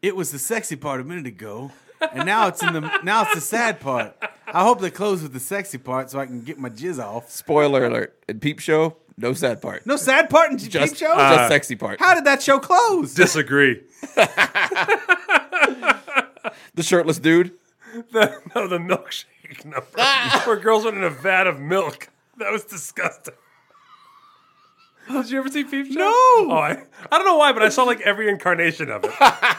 S2: it was the sexy part a minute ago, and now it's in the now it's the sad part. I hope they close with the sexy part so I can get my jizz off.
S3: Spoiler alert. In Peep Show, no sad part.
S2: No sad part in Peep
S3: just, uh,
S2: Show. Uh,
S3: just sexy part.
S2: How did that show
S1: <laughs>
S2: close?
S1: Disagree.
S3: the shirtless dude.
S1: The, <laughs> no, the milkshake number where girls went in a vat of milk. That was disgusting. Did you ever see Peep Show?
S2: No.
S1: Oh, I, I don't know why, but I saw like every incarnation of it.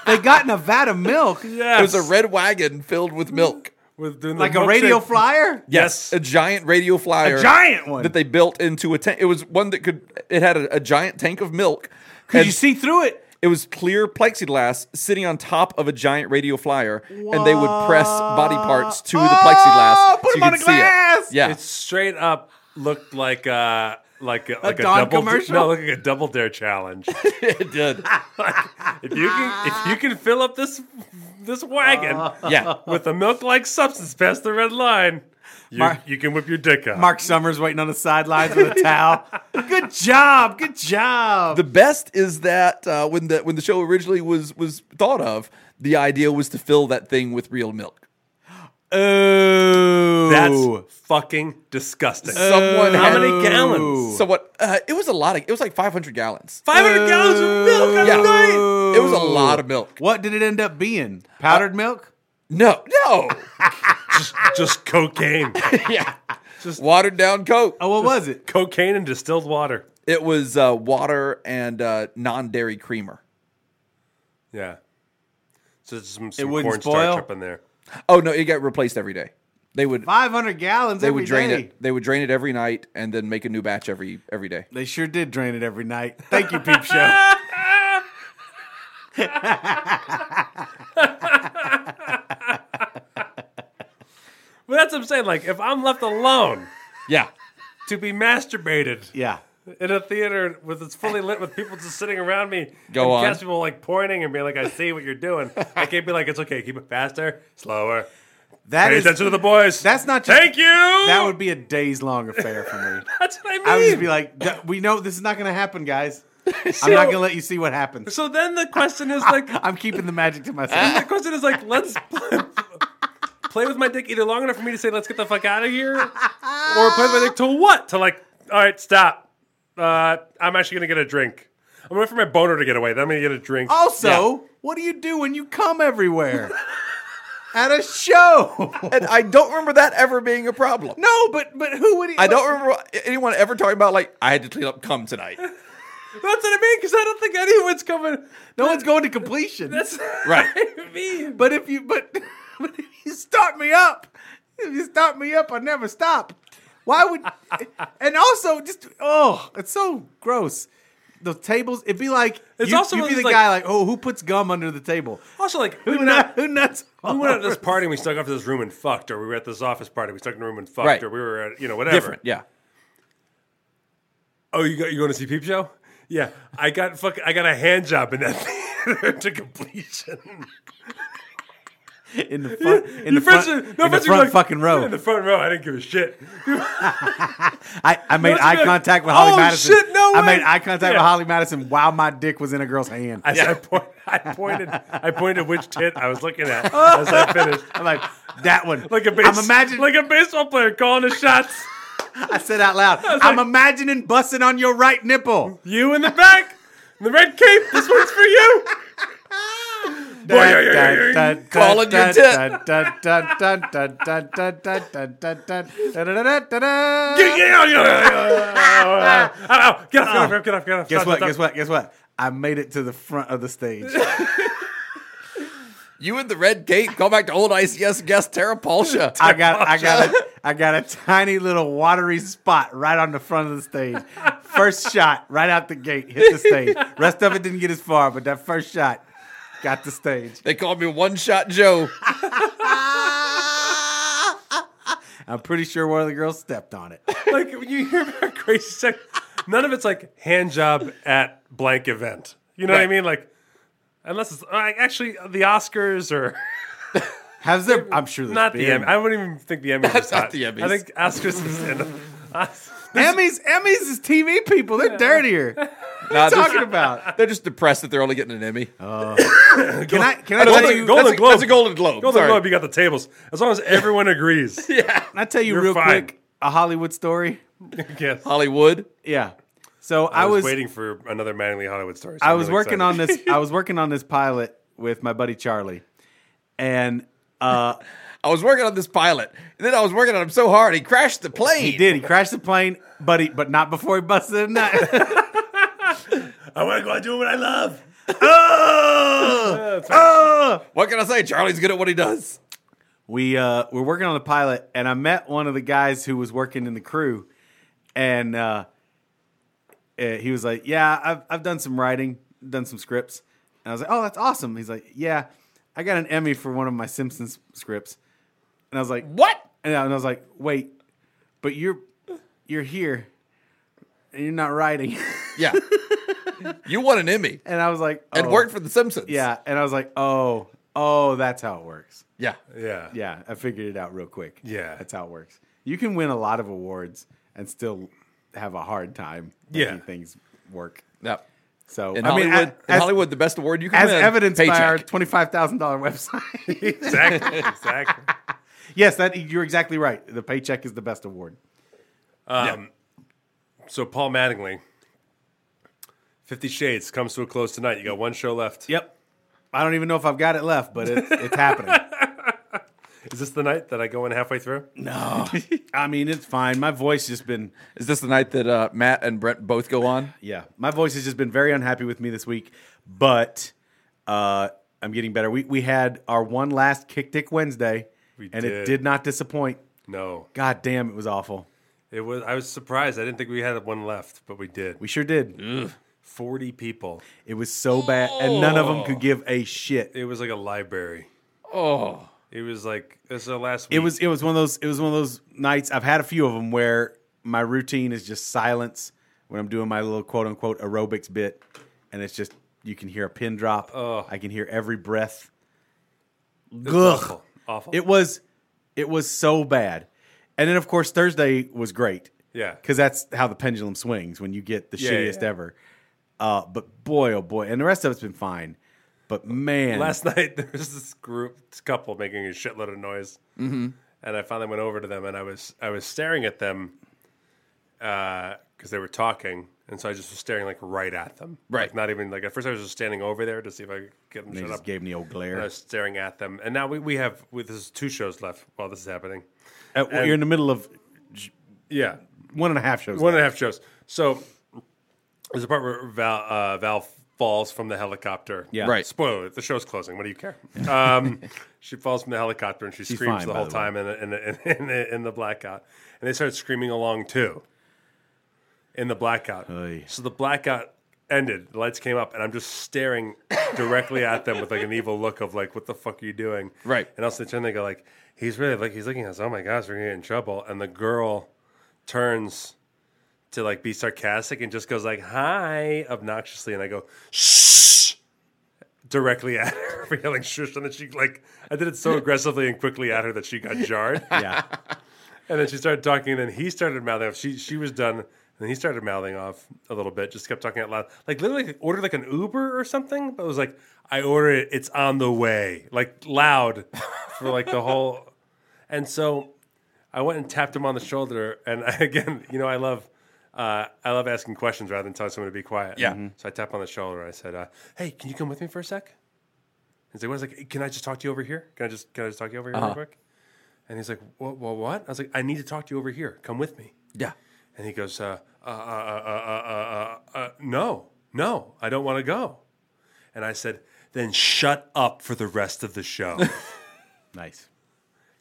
S2: They got in a vat of milk,
S1: Yes.
S3: It was a red wagon filled with milk.
S1: With doing the
S2: like a radio
S1: milkshake-
S2: flyer,
S1: Yes.
S3: A giant radio flyer.
S2: giant one.
S3: that they built into a tank. It was one that could. It had a, a giant tank of milk.
S2: Could
S3: and
S2: you see through it?
S3: It was clear plexiglass sitting on top of a giant radio flyer, and they would press body parts to the plexiglass.
S2: Ah, put 'em
S3: you
S2: on
S3: could
S2: a
S3: see it.
S2: glass!
S3: Yeah,
S1: It straight up looked like uh like a, like a,
S2: Dawn
S1: double
S2: commercial?
S1: No, looking like a double dare challenge. if
S3: it did.
S1: you can if you can fill up this this wagon
S3: <laughs> Yeah,
S1: with a milk like substance past the red line, you,
S2: Mar-
S1: you can whip your dick up.
S2: Mark Summers waiting on the sidelines with a towel. Good job, good job.
S3: the best is that uh, when the when the show originally was was thought of, the idea was to fill that thing with real milk.
S2: Oh,
S1: That's fucking disgusting.
S2: Uh,
S3: Someone
S1: How
S3: had-
S1: many gallons?
S3: So what? Uh, it was a lot. Of, it was like 500 gallons.
S1: Five hundred gallons of milk on
S3: Yeah,
S1: a night.
S3: it was a lot of milk.
S2: What did it end up being? Powdered milk?
S3: No, no.
S1: <laughs> Just cocaine, <laughs>
S3: yeah, just watered down Coke.
S2: Oh, what was it?
S1: cocaine and distilled water.
S3: It was uh, water and uh, non dairy creamer.
S1: Yeah. So there's some, some
S2: wouldn't
S1: cornstarch
S2: spoil?
S1: up in there.
S3: Oh no, it got replaced every day. They would
S2: Five hundred gallons.
S3: they would drain it. They would drain it every night and then make a new batch every every day.
S2: They sure did drain it every night. Thank you,
S3: <laughs>
S2: Peep Show.
S1: Well, that's what I'm saying. Like, if I'm left alone
S3: Yeah.
S1: to be masturbated
S2: Yeah.
S1: in a theater with it's fully lit with people just sitting around me.
S3: Go
S1: and
S3: on.
S1: Cast people like pointing and being like, "I see what you're doing." I can't be like, "It's okay, keep it faster, slower."
S2: That
S1: Pay
S2: is
S1: attention to the boys.
S2: that's not just-
S1: Thank you.
S2: that would be a days long affair for me.
S1: That's what I mean.
S2: I would just be like, "D- we know this is not going to
S3: <laughs>
S2: happen, guys. I'm not going to let you see what happens.
S1: so then the question is like,
S2: I'm keeping the magic to myself.
S1: the question is like,
S3: <laughs>
S1: let's pl- play with my dick either long enough for me to say, "Let's get the fuck out of here," or play with my
S3: <laughs>
S1: dick to what? To like, all right, stop. Uh, I'm actually gonna get a drink. I'm gonna wait for my boner to get away. Then I'm gonna get a drink.
S2: Also, what do you do when you come everywhere? At a show. <laughs>
S3: And I don't remember that ever being a problem.
S2: no, but but who would?
S3: I don't remember anyone ever talking about like I had to clean up cum tonight.
S1: That's what I mean because I don't think anyone's coming.
S2: No one's going to completion.
S1: That's <laughs>
S3: Right.
S1: what I mean.
S2: but if you but, <laughs> but if you start me up, if you start me up, I never stop. Why would? <laughs> and also, just oh, it's so gross. The tables, it'd be like
S1: It's
S2: you,
S1: also
S2: you'd be the
S1: like-
S2: guy like, oh, who puts gum under the table?
S1: Also, like we
S2: Who,
S1: went
S2: nut,
S1: out.
S2: <laughs> who nuts?
S1: We went
S2: <laughs>
S1: out to this party and we snuck off to this room and fucked, or we were at this office party, we snuck in the room and fucked,
S3: Right.
S1: or we were at you know whatever.
S3: Different. Yeah.
S1: Oh, you got you going to see Peep Show? Yeah, I got fuck. I got a hand job in that <laughs> theater to completion.
S2: in the front, in the
S1: Your friends
S2: front,
S1: are-
S2: in
S1: no,
S2: the
S1: friends are
S2: front
S1: like,
S2: fucking row.
S1: In the front row, I didn't give a shit.
S2: I, I made
S1: Friends are
S2: eye
S1: like,
S2: contact with Holly
S1: "Oh,
S2: Madison.
S1: shit, no
S2: I
S1: way."
S2: made eye contact
S1: Yeah.
S2: with Holly Madison while my dick was in a girl's hand.
S1: As I, point, I pointed, I pointed which tit I was looking
S2: <laughs>
S1: at as I finished.
S2: I'm like that one.
S1: Like a base,
S2: I'm imagining.
S1: like a baseball player calling the shots.
S2: I said
S1: <laughs>
S2: out loud. I'm imagining busting on your right nipple.
S1: You in the back, in the red cape. This one's for
S2: <laughs>
S1: you. yeah, yeah, yeah, yeah.
S3: Calling your
S1: Yeah, yeah, yeah, <laughs> yeah, yeah. Ow, ow. Oh, Get off, get off, get off, get off.
S2: Oh. Guess
S1: Stop,
S2: what?
S1: stop,
S2: Guess what? Guess what? I made it to the front of the stage.
S3: You and the red gate go back to old ICS guest Tara Palsha.
S2: I got I
S1: <laughs>
S2: got a, I got a tiny little watery spot right on the front of the stage. First shot right out the gate hit the stage. Rest of it didn't get as far, but that first shot got the stage.
S3: They called me One Shot Joe.
S2: I'm pretty sure one of the girls stepped on it.
S1: like when you hear about crazy sex, none of it's like hand job at blank event. You know what I
S3: Right.
S1: mean? Like, unless it's like, actually the Oscars or
S2: Has there? I'm sure there's
S1: not the
S2: been-
S1: Emmy. I wouldn't even think the Emmys. was
S3: Not
S1: hot.
S3: the Emmys.
S1: I think Oscars is in. <laughs>
S2: Emmys, Emmys is TV people. They're dirtier. What
S3: Nah,
S2: are you talking
S3: they're,
S2: about?
S3: they're just depressed that they're only getting an Emmy.
S2: Can I can I
S1: Golden,
S2: tell you?
S1: Golden
S3: that's a-
S1: Globe.
S3: that's a Golden Globe,
S1: Golden
S3: sorry.
S1: Globe. You got the tables. As long as everyone agrees.
S2: Can I tell you
S1: You're
S2: real
S1: fine.
S2: quick a Hollywood story?
S1: Yes.
S3: Hollywood.
S2: Yeah. So
S1: I
S2: I
S1: was,
S2: was
S1: waiting for another Manly Hollywood story. so
S2: I
S1: I'm
S2: was
S1: really
S2: working
S1: excited.
S2: on this
S1: <laughs>
S2: I was working on this pilot with my buddy Charlie, and
S1: <laughs>
S2: uh,
S3: I was working on this pilot, and then I was working on him so hard he crashed the plane.
S2: he did he crashed the plane, but he but not before he busted
S1: <laughs>
S2: a nut.
S1: I want to go out doing what I love.
S3: What can I say? Charlie's good at what he does.
S2: we uh, were working on the pilot, and I met one of the guys who was working in the crew, and uh, eh, he was like, "Yeah, I've I've done some writing, done some scripts," and I was like, "Oh, that's awesome." He's like, "Yeah, I got an Emmy for one of my Simpsons scripts," and I was like,
S3: What?
S2: And I and I was like, "Wait, but you're you're here, and you're not writing."
S3: Yeah. you won an Emmy
S2: <laughs> and I was like,
S3: and
S2: "Oh."
S3: worked for The Simpsons.
S2: Yeah, and I was like, "Oh, oh, that's how it works."
S3: Yeah.
S1: Yeah.
S2: Yeah, I figured it out real quick.
S1: Yeah.
S2: that's how it works. You can win a lot of awards and still have a hard time making
S1: Yeah.
S2: things work.
S3: No.
S2: So
S3: In
S2: I mean,
S3: Hollywood,
S2: as,
S3: in Hollywood, the best award you can
S2: as
S3: win.
S2: evidenced by our
S3: paycheck.
S2: twenty five thousand dollar website. <laughs>
S1: Exactly. Exactly.
S2: yes, that you're exactly right. The paycheck is the best award.
S1: Um, So Paul Mattingly, Fifty Shades comes to a close tonight. You got one show left.
S2: Yep. I don't even know if I've got it left, but it's it's happening.
S1: Is this the night that I go in halfway through?
S2: Oh. I mean, it's fine. My voice has been
S3: Is this the night that uh, Matt and Brent both go on?
S2: yeah, my voice has just been very unhappy with me this week, but uh, I'm getting better. We we had our one last kick dick Wednesday,
S1: We
S2: and
S1: did.
S2: it did not disappoint.
S1: No,
S2: God damn, it was awful.
S1: it was. I was surprised. I didn't think we had one left, but we did.
S2: We sure did.
S1: Mm. Forty people.
S2: It was so bad, and none of
S1: Oh.
S2: them could give a shit.
S1: It was like a library.
S3: Oh.
S1: It was like it's the last. Week.
S2: It was it was one of those it was one of those nights. I've had a few of them where my routine is just silence when I'm doing my little quote unquote aerobics bit, and it's just you can hear a pin drop. I can hear every breath. Ugh.
S1: Awful. Awful.
S2: It was it was so bad. And then of course Thursday was great.
S1: Yeah.
S2: Cuz that's how the pendulum swings when you get the
S1: Yeah,
S2: shittiest
S1: yeah.
S2: ever. Uh but boy oh boy and the rest of it's been fine. But man,
S1: Last <laughs> night there was this group this couple making a shitload of noise, mm-hmm. and I finally went over to them and I was I was staring at them because they were talking, and so I just was staring like right at them,
S3: Right.
S1: Like, not even like at first I was just standing over there to see if I could get them
S2: they
S1: shut
S2: just
S1: up.
S2: gave me the old glare.
S1: and I was staring at them, and now we, we have we, this is two shows left while this is happening.
S2: Uh, well, you're in the middle of
S1: Yeah,
S2: one and a half shows.
S1: one and
S2: left.
S1: a half shows. So there's a part where Val uh, Val falls from the helicopter.
S2: Yeah.
S3: Right.
S1: Spoiler: alert, the show's closing. What do you care? Um, <laughs> she falls from the helicopter and she screams
S2: fine,
S1: the
S2: by
S1: whole
S2: the way.
S1: time in, in, in, in, in the blackout, and they start screaming along too. In the blackout,
S2: Oy.
S1: so the blackout ended. The lights came up, and I'm just staring directly at them with like an evil look of like, "What the fuck are you doing?"
S3: Right.
S1: And also they turn, they go like, "He's really like he's looking at us. Oh my gosh, we're gonna get in trouble." And the girl turns to like be sarcastic and just goes like hi obnoxiously and I go shh directly at her <laughs> for yelling shush and then she like I did it so aggressively and quickly at her that she got jarred
S2: Yeah.
S1: and then she started talking and then he started mouthing off she she was done and then he started mouthing off a little bit just kept talking out loud like literally ordered like an Uber or something but it was like I order it it's on the way like loud for like the whole <laughs> and so I went and tapped him on the shoulder, and <laughs> I, again, you know, I love, uh, I love asking questions rather than telling someone to be quiet.
S3: Yeah. Mhm.
S1: So I tapped on the shoulder. And I said, uh, "Hey, can you come with me for a sec?" He's like, "What?" I was like, "Can I just talk to you over here? Can I just, can I just talk to you over here real quick?" And he's like, "What? What? What?" I was like, "I need to talk to you over here. Come with me."
S3: Yeah.
S1: And he goes, uh, uh, uh, uh, uh, uh, uh, "No, no, I don't want to go." And I said, "Then shut up for the rest of
S3: <laughs>
S1: the show."
S2: nice.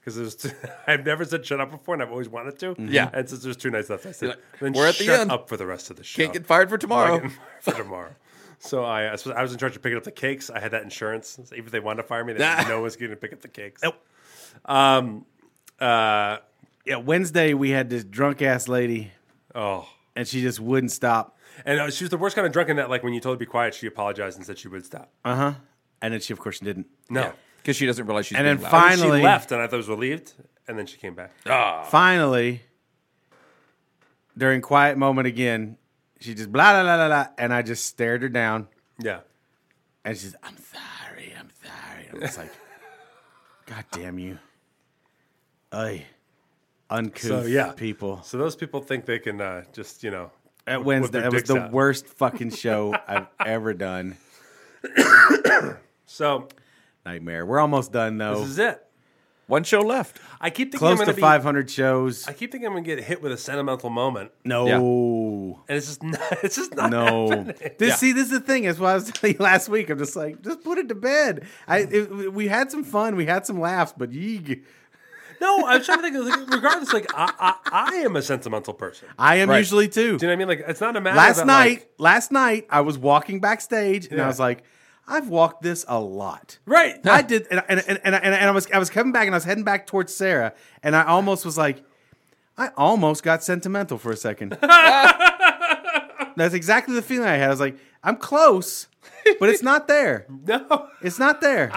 S1: because <laughs> I've never said shut up before, and I've always wanted to.
S3: Mm-hmm. Yeah.
S1: and since there's two nights left, I said,
S3: You're like,
S1: then
S3: "We're at the
S1: shut
S3: end.
S1: up for the rest of the show.
S3: Can't get fired for
S1: Well, I
S3: tomorrow.
S1: get fired for tomorrow. So I, I was- I was in charge of picking up the cakes. I had that insurance. So even if they wanted to fire me, they
S3: Nah. <laughs>
S1: no one's going to pick up the cakes. Nope. Um. Uh.
S2: Yeah, Wednesday we had this drunk ass lady
S1: Oh.
S2: and she just wouldn't stop.
S1: And uh, she was the worst kind of drunk in that. Like when you told her to be quiet, she apologized and said she would stop.
S2: Uh, And then she of course didn't.
S1: No.
S3: Because she doesn't realize she's
S2: And
S3: being
S2: then
S3: loud.
S2: fi-
S1: And she
S2: Finally. Ah.
S1: left, and I thought I was relieved. And then she came back.
S2: Finally, during quiet moment again, she just blah blah blah blah, blah and I just stared her down
S1: Yeah.
S2: and she's I'm sorry, I'm sorry. I'm just like God damn you. Ay. Uncouth
S1: So, yeah.
S2: people.
S1: So those people think they can uh, just you know
S2: At
S1: with
S2: Wednesday,
S1: their
S2: it was
S1: dicks
S2: the
S1: out.
S2: worst fucking show I've ever done.
S1: So
S2: Nightmare. We're almost done though.
S1: this is it.
S3: One show left.
S1: I keep thinking I'm
S2: Close
S1: gonna
S2: to
S1: be-
S2: 500 shows.
S1: I keep thinking I'm gonna get hit with a sentimental moment,
S2: No.
S1: and it's just <laughs> not, it's just not.
S2: <laughs> No. This see, this is the thing. That's why I was <laughs> telling you last week. I'm just like, just put it to bed. I
S1: Hmm.
S2: it, we had some fun, we had some laughs, but yeeg.
S1: No, I'm trying to think. Like, regardless, like I, I, I am a sentimental person.
S2: I am
S3: Right.
S2: usually too.
S1: Do you know what I mean? Like it's not a matter.
S2: last
S1: that,
S2: night,
S1: like-
S2: last night I was walking backstage and I
S1: Yeah.
S2: was like, I've walked this a lot.
S1: right?
S2: <laughs> I did, and and, and, and, and I was I was coming back and I was heading back towards Sarah, and I almost was like, I almost got sentimental for
S1: <laughs>
S2: a second. That's exactly the feeling I had. I was like, I'm close, but it's not there.
S1: no, <laughs>
S2: It's not there.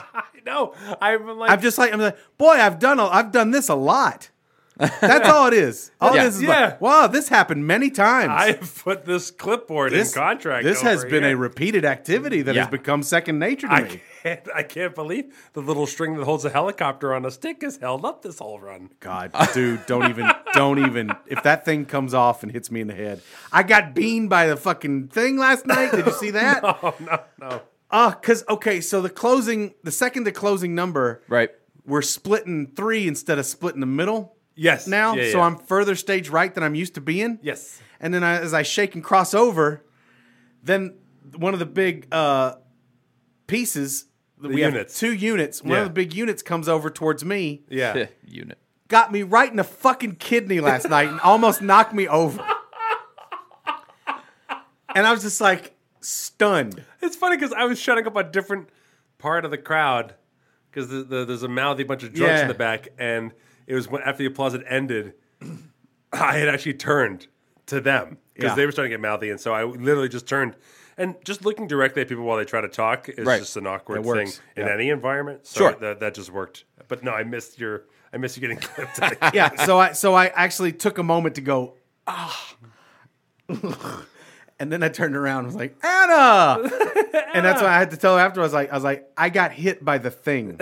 S1: no. I'm like
S2: <laughs> I'm just like I'm like, boy, I've done a, I've done this a lot. That's all it is. All
S3: Yeah.
S2: it is is like,
S1: Yeah.
S2: wow, this happened many times.
S1: I've put this clipboard
S2: this
S1: in contract.
S2: This has
S1: over
S2: been a
S1: here.
S2: repeated activity that
S3: Yeah.
S2: has become second nature to
S1: I
S2: me.
S1: can't, I can't believe the little string that holds a helicopter on a stick is held up this whole run.
S2: God, dude, don't even, don't even. If that thing comes off and hits me in the head, I got beaned by the fucking thing last night. Did
S1: <laughs>
S2: you see that?
S1: Oh no, no.
S2: Uh, cause okay, so the closing, the second to closing number,
S3: Right.
S2: We're splitting three instead of splitting the middle.
S1: Yes.
S2: Now,
S1: Yeah,
S2: so
S1: yeah.
S2: I'm further stage right than I'm used to being.
S1: Yes.
S2: And then I, as I shake and cross over, then one of the big uh, pieces. we
S1: units.
S2: have two units. One
S1: Yeah.
S2: of the big units comes over towards me.
S1: Yeah.
S3: Unit.
S2: Got me right in the fucking kidney last night and almost knocked
S1: <laughs>
S2: me over. And I was just like stunned.
S1: It's funny because I was shutting up a different part of the crowd because the, the, there's a mouthy bunch of drunks
S2: Yeah.
S1: in the back, and it was when, after the applause had ended. I had actually turned to them because
S2: Yeah.
S1: they were starting to get mouthy, and so I literally just turned and just looking directly at people while they try to talk is
S3: Right.
S1: just an awkward
S2: It
S1: thing
S2: works.
S1: in
S2: Yeah.
S1: any environment. So
S3: Sure.
S1: that, that just worked. But no, I missed your. I missed you getting <laughs> clipped.
S2: yeah. So I so I actually took a moment to go ah, <laughs> and then I turned around and was
S3: <laughs>
S2: like Anna, and that's why I had to tell her after. I was like, I was like, I got hit by
S3: <laughs>
S2: the thing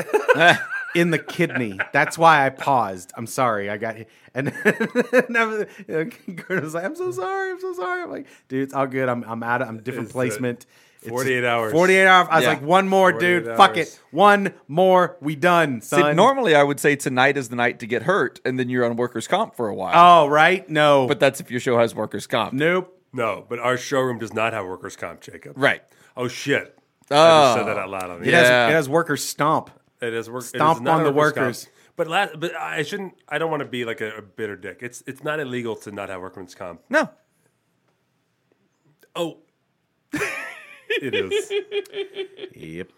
S2: in the kidney. That's why I paused. I'm sorry, I got hit. And, <laughs> and I was, Kurt was like, I'm so sorry, I'm so sorry. I'm like, dude, it's all good. I'm I'm out. Of, I'm different
S1: It's, uh,
S2: placement. It's
S1: 48 hours.
S2: 48 hours. I was
S3: Yeah.
S2: like, one more,
S1: 48
S2: dude. Fuck
S1: hours.
S2: it. One more. We done, son.
S3: See, normally I would say tonight is the night to get hurt, and then you're on workers' comp for a while.
S2: oh, right? No.
S3: but that's if your show has workers' comp.
S2: nope.
S1: no, but our showroom does not have workers' comp, Jacob.
S3: Right.
S1: Oh shit! I just
S3: Oh.
S1: said that out loud on the
S2: It
S3: Yeah.
S2: has it has workers stomp.
S1: It is work. it is
S2: Stomp
S1: not
S2: on the
S1: a workers'
S2: workers.
S1: comp. But last, but I shouldn't. I don't want to be like a, a bitter dick. It's it's not illegal to not have workman's comp.
S3: No.
S1: Oh, it is.
S2: Yep.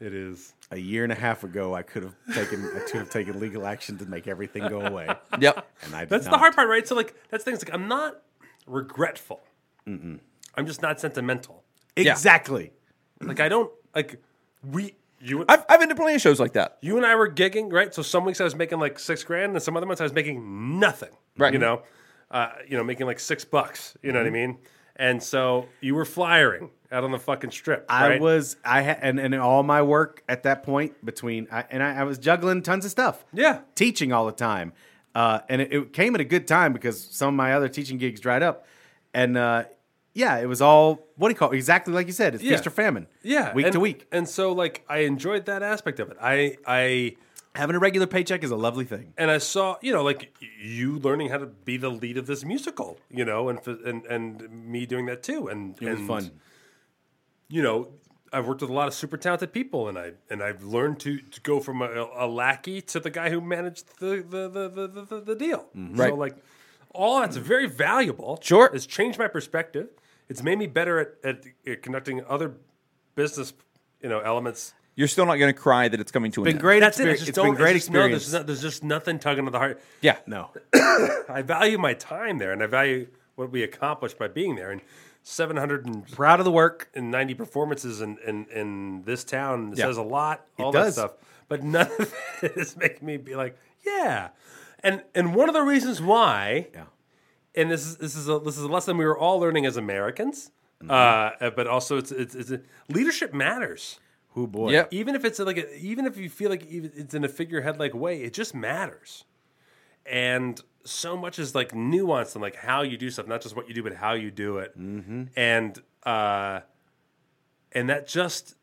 S1: It is.
S2: A year and a half ago, I could have taken I could have taken legal action to make everything go away, and
S3: Yep.
S2: I did
S1: That's the
S2: not.
S1: hard part, right? So like that's the thing. It's like I'm not regretful. I'm just not sentimental.
S2: Exactly.
S1: Like I don't like we you.
S3: <laughs> I've, I've been to plenty of shows like that.
S1: you and I were gigging, right? So some weeks I was making like six grand, and some other months I was making nothing.
S3: Right.
S1: You know, uh, you know, making like six bucks. You know
S2: Mm-hmm.
S1: what I mean? And so you were flyering out on the fucking strip.
S2: I
S1: right?
S2: was I had and, and all my work at that point between I, and I, I was juggling tons of stuff.
S1: Yeah.
S2: teaching all the time, uh, and it, it came at a good time because some of my other teaching gigs dried up, and uh, yeah, it was all what do you call it? exactly like you said? It's
S1: Yeah.
S2: feast or famine.
S1: yeah,
S2: week
S1: and,
S2: to week.
S1: And so like I enjoyed that aspect of it. I I
S2: Having a regular paycheck is a lovely thing.
S1: and I saw you know like you learning how to be the lead of this musical, you know, and f- and and me doing that too, and
S2: It was
S1: and,
S2: fun.
S1: you know, I've worked with a lot of super talented people, and I and I've learned to, to go from a, a lackey to the guy who managed the the the the, the- the, the deal.
S2: Mm-hmm.
S3: Right.
S1: So like, all that's very valuable.
S3: Sure.
S1: it's changed my perspective. It's made me better at, at, at conducting other business, you know, elements.
S3: You're still not going to cry that it's coming to an
S2: Been
S3: end.
S2: great.
S1: That's it. I
S2: experience.
S1: just
S2: it's
S1: don't-
S2: been great
S1: I just know there's
S2: experience.
S1: no- there's just nothing tugging at the heart.
S3: Yeah.
S1: <coughs>
S2: No.
S1: I value my time there, and I value what we accomplished by being there. And seven hundred and
S2: Proud of the work.
S1: and 90 performances in, in, in this town
S3: Yeah.
S1: says a lot, all
S2: does.
S1: that stuff. But none of <laughs> it is making me be like, yeah. And and one of the reasons why,
S2: Yeah.
S1: and this is this is a this is a lesson we were all learning as Americans,
S2: Mm-hmm.
S1: uh, but also it's it's, it's leadership matters.
S2: Who boy.
S3: Yep.
S1: Even if it's like a, even if you feel like even- it's in a figurehead like way, it just matters. And so much is like nuanced and like how you do stuff, not just what you do, but how you do it. And uh, and that just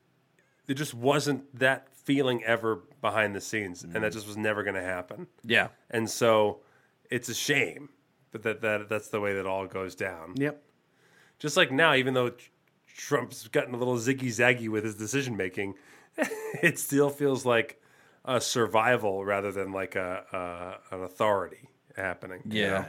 S1: there just wasn't that feeling ever behind the scenes, and that just was never going to happen.
S3: Yeah.
S1: And so it's a shame, but that, that that's the way that all goes down
S2: Yep.
S1: just like now, even though Tr- Trump's gotten a little ziggy zaggy with his decision making, <laughs> it still feels like a survival rather than like a, a an authority happening. you
S3: Yeah.
S1: know?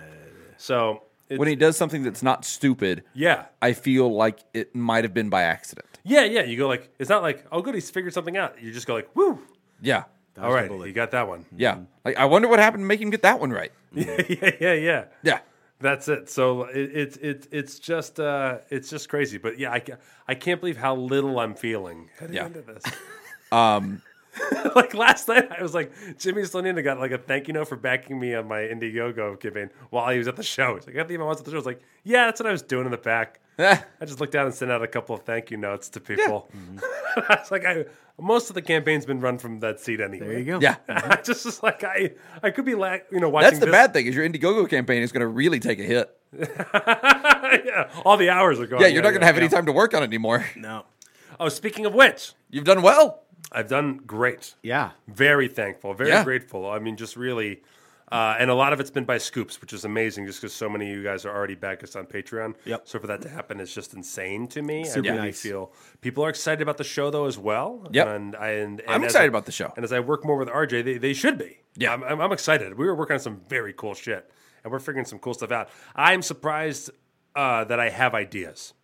S1: So it's,
S3: When he does something that's not stupid,
S1: yeah,
S3: I feel like it might have been by accident.
S1: yeah, yeah. You go like it's not like oh good he's figured something out. You just go like woo.
S3: Yeah.
S1: All right, you got that one.
S3: Yeah. Like I wonder what happened to make him get that one right.
S1: Yeah,
S3: Mm-hmm.
S1: <laughs> yeah, yeah, yeah.
S3: Yeah.
S1: That's it. So it- it's it's it's just uh, it's just crazy. But yeah, I, ca- I can't believe how little I'm feeling heading
S3: Yeah.
S1: into this. Um, <laughs> like last night, I was like, Jimmy Slonina got like a thank you note for backing me on my Indiegogo giving while he was at the show. He's like, I think I was at the show. I was like, yeah, that's what I was doing in the back.
S3: <laughs> Yeah.
S1: I just looked down and sent out a couple of thank you notes to people. <laughs> I was like, I, most of the campaign's been run from that seat anyway.
S2: There you go.
S3: Yeah.
S1: <laughs> I just was like, I I could be like, you know, watching
S3: That's the
S1: this-
S3: bad thing is your Indiegogo campaign is going to really take a hit.
S1: <laughs> yeah, all the hours are gone.
S3: Yeah, you're not going to have any time to work on it anymore. <laughs>
S2: No.
S1: Oh, speaking of which,
S3: You've done well.
S1: I've done great.
S2: Yeah.
S1: Very thankful, very
S3: Yeah.
S1: grateful. I mean, just really, uh, and a lot of it's been by scoops, which is amazing, just because so many of you guys are already back us on Patreon.
S2: Yep.
S1: So for that to happen is just insane to me.
S2: Super
S1: I really
S2: nice.
S1: feel people are excited about the show though as well.
S3: Yep.
S1: And I and, and
S3: I'm
S1: as
S3: excited
S1: I-
S3: about the show.
S1: And as I work more with RJ, they, they should be.
S3: Yeah.
S1: I'm, I'm, I'm excited. We were working on some very cool shit, and we're figuring some cool stuff out. I'm surprised uh, that I have ideas.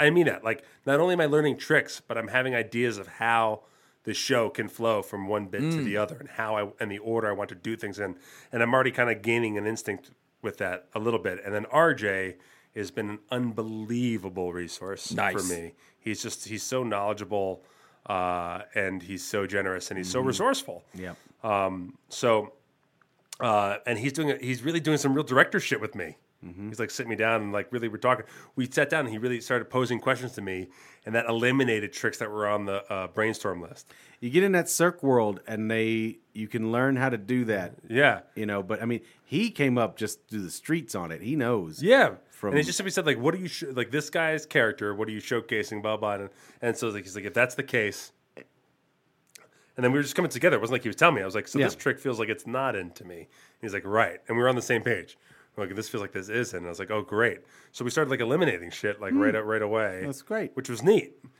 S1: I mean that. Like, not only am I learning tricks, but I'm having ideas of how the show can flow from one bit to the other, and how I and the order I want to do things in. And I'm already kind of gaining an instinct with that a little bit. And then RJ has been an unbelievable resource
S3: Nice.
S1: for me. He's just he's so knowledgeable uh, and he's so generous and he's so resourceful.
S2: Yep.
S1: So, uh, and he's doing he's really doing some real director shit with me. He's like sitting me down and like really we're talking. We sat down and he really started posing questions to me, and that eliminated tricks that were on the uh, brainstorm list.
S2: You get in that circ world, and they you can learn how to do that.
S1: Yeah,
S2: You know, but I mean, he came up just through the streets on it. He knows.
S1: yeah.
S2: From-
S1: and he just simply said like, "What are you sh- like this guy's character? What are you showcasing?" Blah blah. And, and so like he's like, "If that's the case." And then we were just coming together. It wasn't like he was telling me. I was like, so
S2: Yeah.
S1: this trick feels like it's not into me. And he's like, right. And we were on the same page. We're like, this feels like this is. And I was like, oh, great. So we started like eliminating shit like right right right away.
S2: Hmm. That's great.
S1: Which was neat. And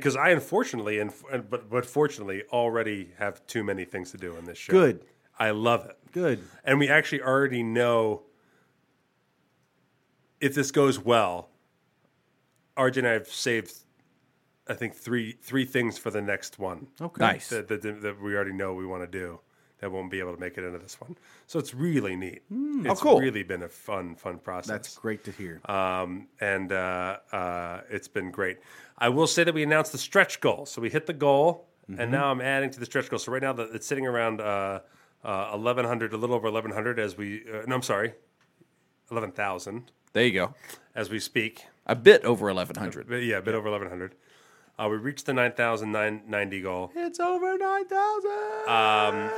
S1: because I unfortunately and, and but but fortunately already have too many things to do in this show.
S2: Good.
S1: I love it.
S2: Good.
S1: And we actually already know if this goes well, Arjun and I have saved, I think three three things for the next one
S2: Okay.
S3: Nice.
S1: that, that, that we already know we want to do that won't be able to make it into this one. So it's really neat. it's
S3: Oh, cool.
S1: really been a fun, fun process.
S2: Hmm. That's great to hear.
S1: um, and uh, uh, it's been great. I will say that we announced the stretch goal. So we hit the goal, and now I'm adding to the stretch goal. So right now the, it's sitting around uh, uh, 1,100, a little over 1,100 as we, uh, no, I'm sorry, 11,000
S3: There you go.
S1: as we speak.
S3: A bit over eleven hundred.
S1: But yeah, a bit over 1,100. Uh, we reached the 9,990 goal.
S2: it's over nine thousand.
S1: uh,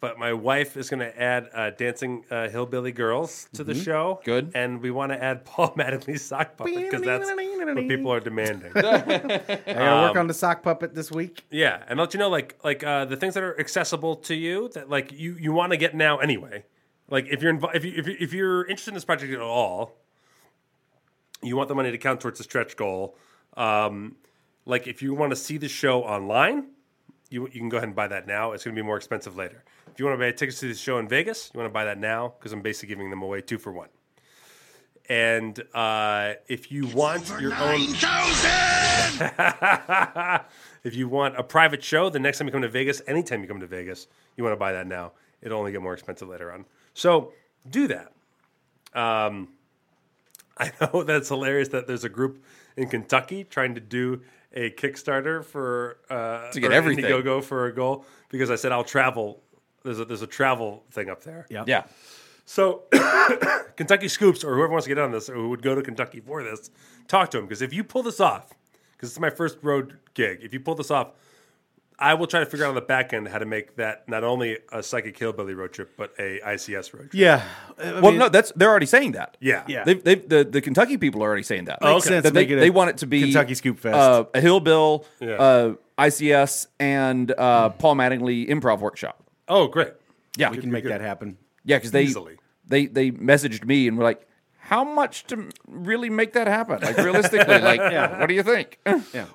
S1: but my wife is going to add uh, dancing uh, hillbilly girls to the show.
S3: Good.
S1: and we want to add Paul <laughs> Mattingly's sock puppet because that's what people are demanding.
S2: I gotta
S1: um,
S2: work on the sock puppet this week.
S1: yeah, and let you know like like uh, the things that are accessible to you that like you you want to get now anyway. Like if you're inv- if you if, you, if you're interested in this project at all, you want the money to count towards the stretch goal. Um, like if you want to see the show online, you, you can go ahead and buy that now. It's going to be more expensive later. If you want to buy tickets to the show in Vegas, you want to buy that now because I'm basically giving them away two for one. And uh, if you want your own, <laughs> if you want a private show, the next time you come to Vegas, anytime you come to Vegas, you want to buy that now. It'll only get more expensive later on. So do that. Um, <laughs> I know that's hilarious that there's a group in Kentucky trying to do a Kickstarter for uh,
S3: To get
S1: or
S3: everything.
S1: Indiegogo for a goal because I said I'll travel. There's a, there's a travel thing up there.
S2: Yeah.
S3: Yeah.
S1: So <coughs> Kentucky Scoops or whoever wants to get on this or who would go to Kentucky for this, talk to him because if you pull this off, because it's my first road gig, if you pull this off, I will try to figure out on the back end how to make that not only a psychic hillbilly road trip but a ICS road trip.
S2: Yeah. I
S3: well,
S2: mean,
S3: no, that's they're already saying that.
S1: Yeah.
S2: Yeah.
S3: They've, they've, the, the Kentucky people are already saying that.
S2: Makes Okay. sense.
S3: That they,
S2: Make it a
S3: they want it to be
S2: Kentucky Scoop Fest.
S3: uh, a Hillbill,
S1: Yeah.
S3: uh, ICS, and uh, Paul Mattingly Improv Workshop.
S1: Oh, great.
S3: Yeah,
S2: we can make that happen.
S3: yeah, because they
S1: Easily.
S3: they they messaged me and were like, "How much to m- really make that happen? Like realistically,
S2: <laughs>
S3: like what do you think?" <laughs>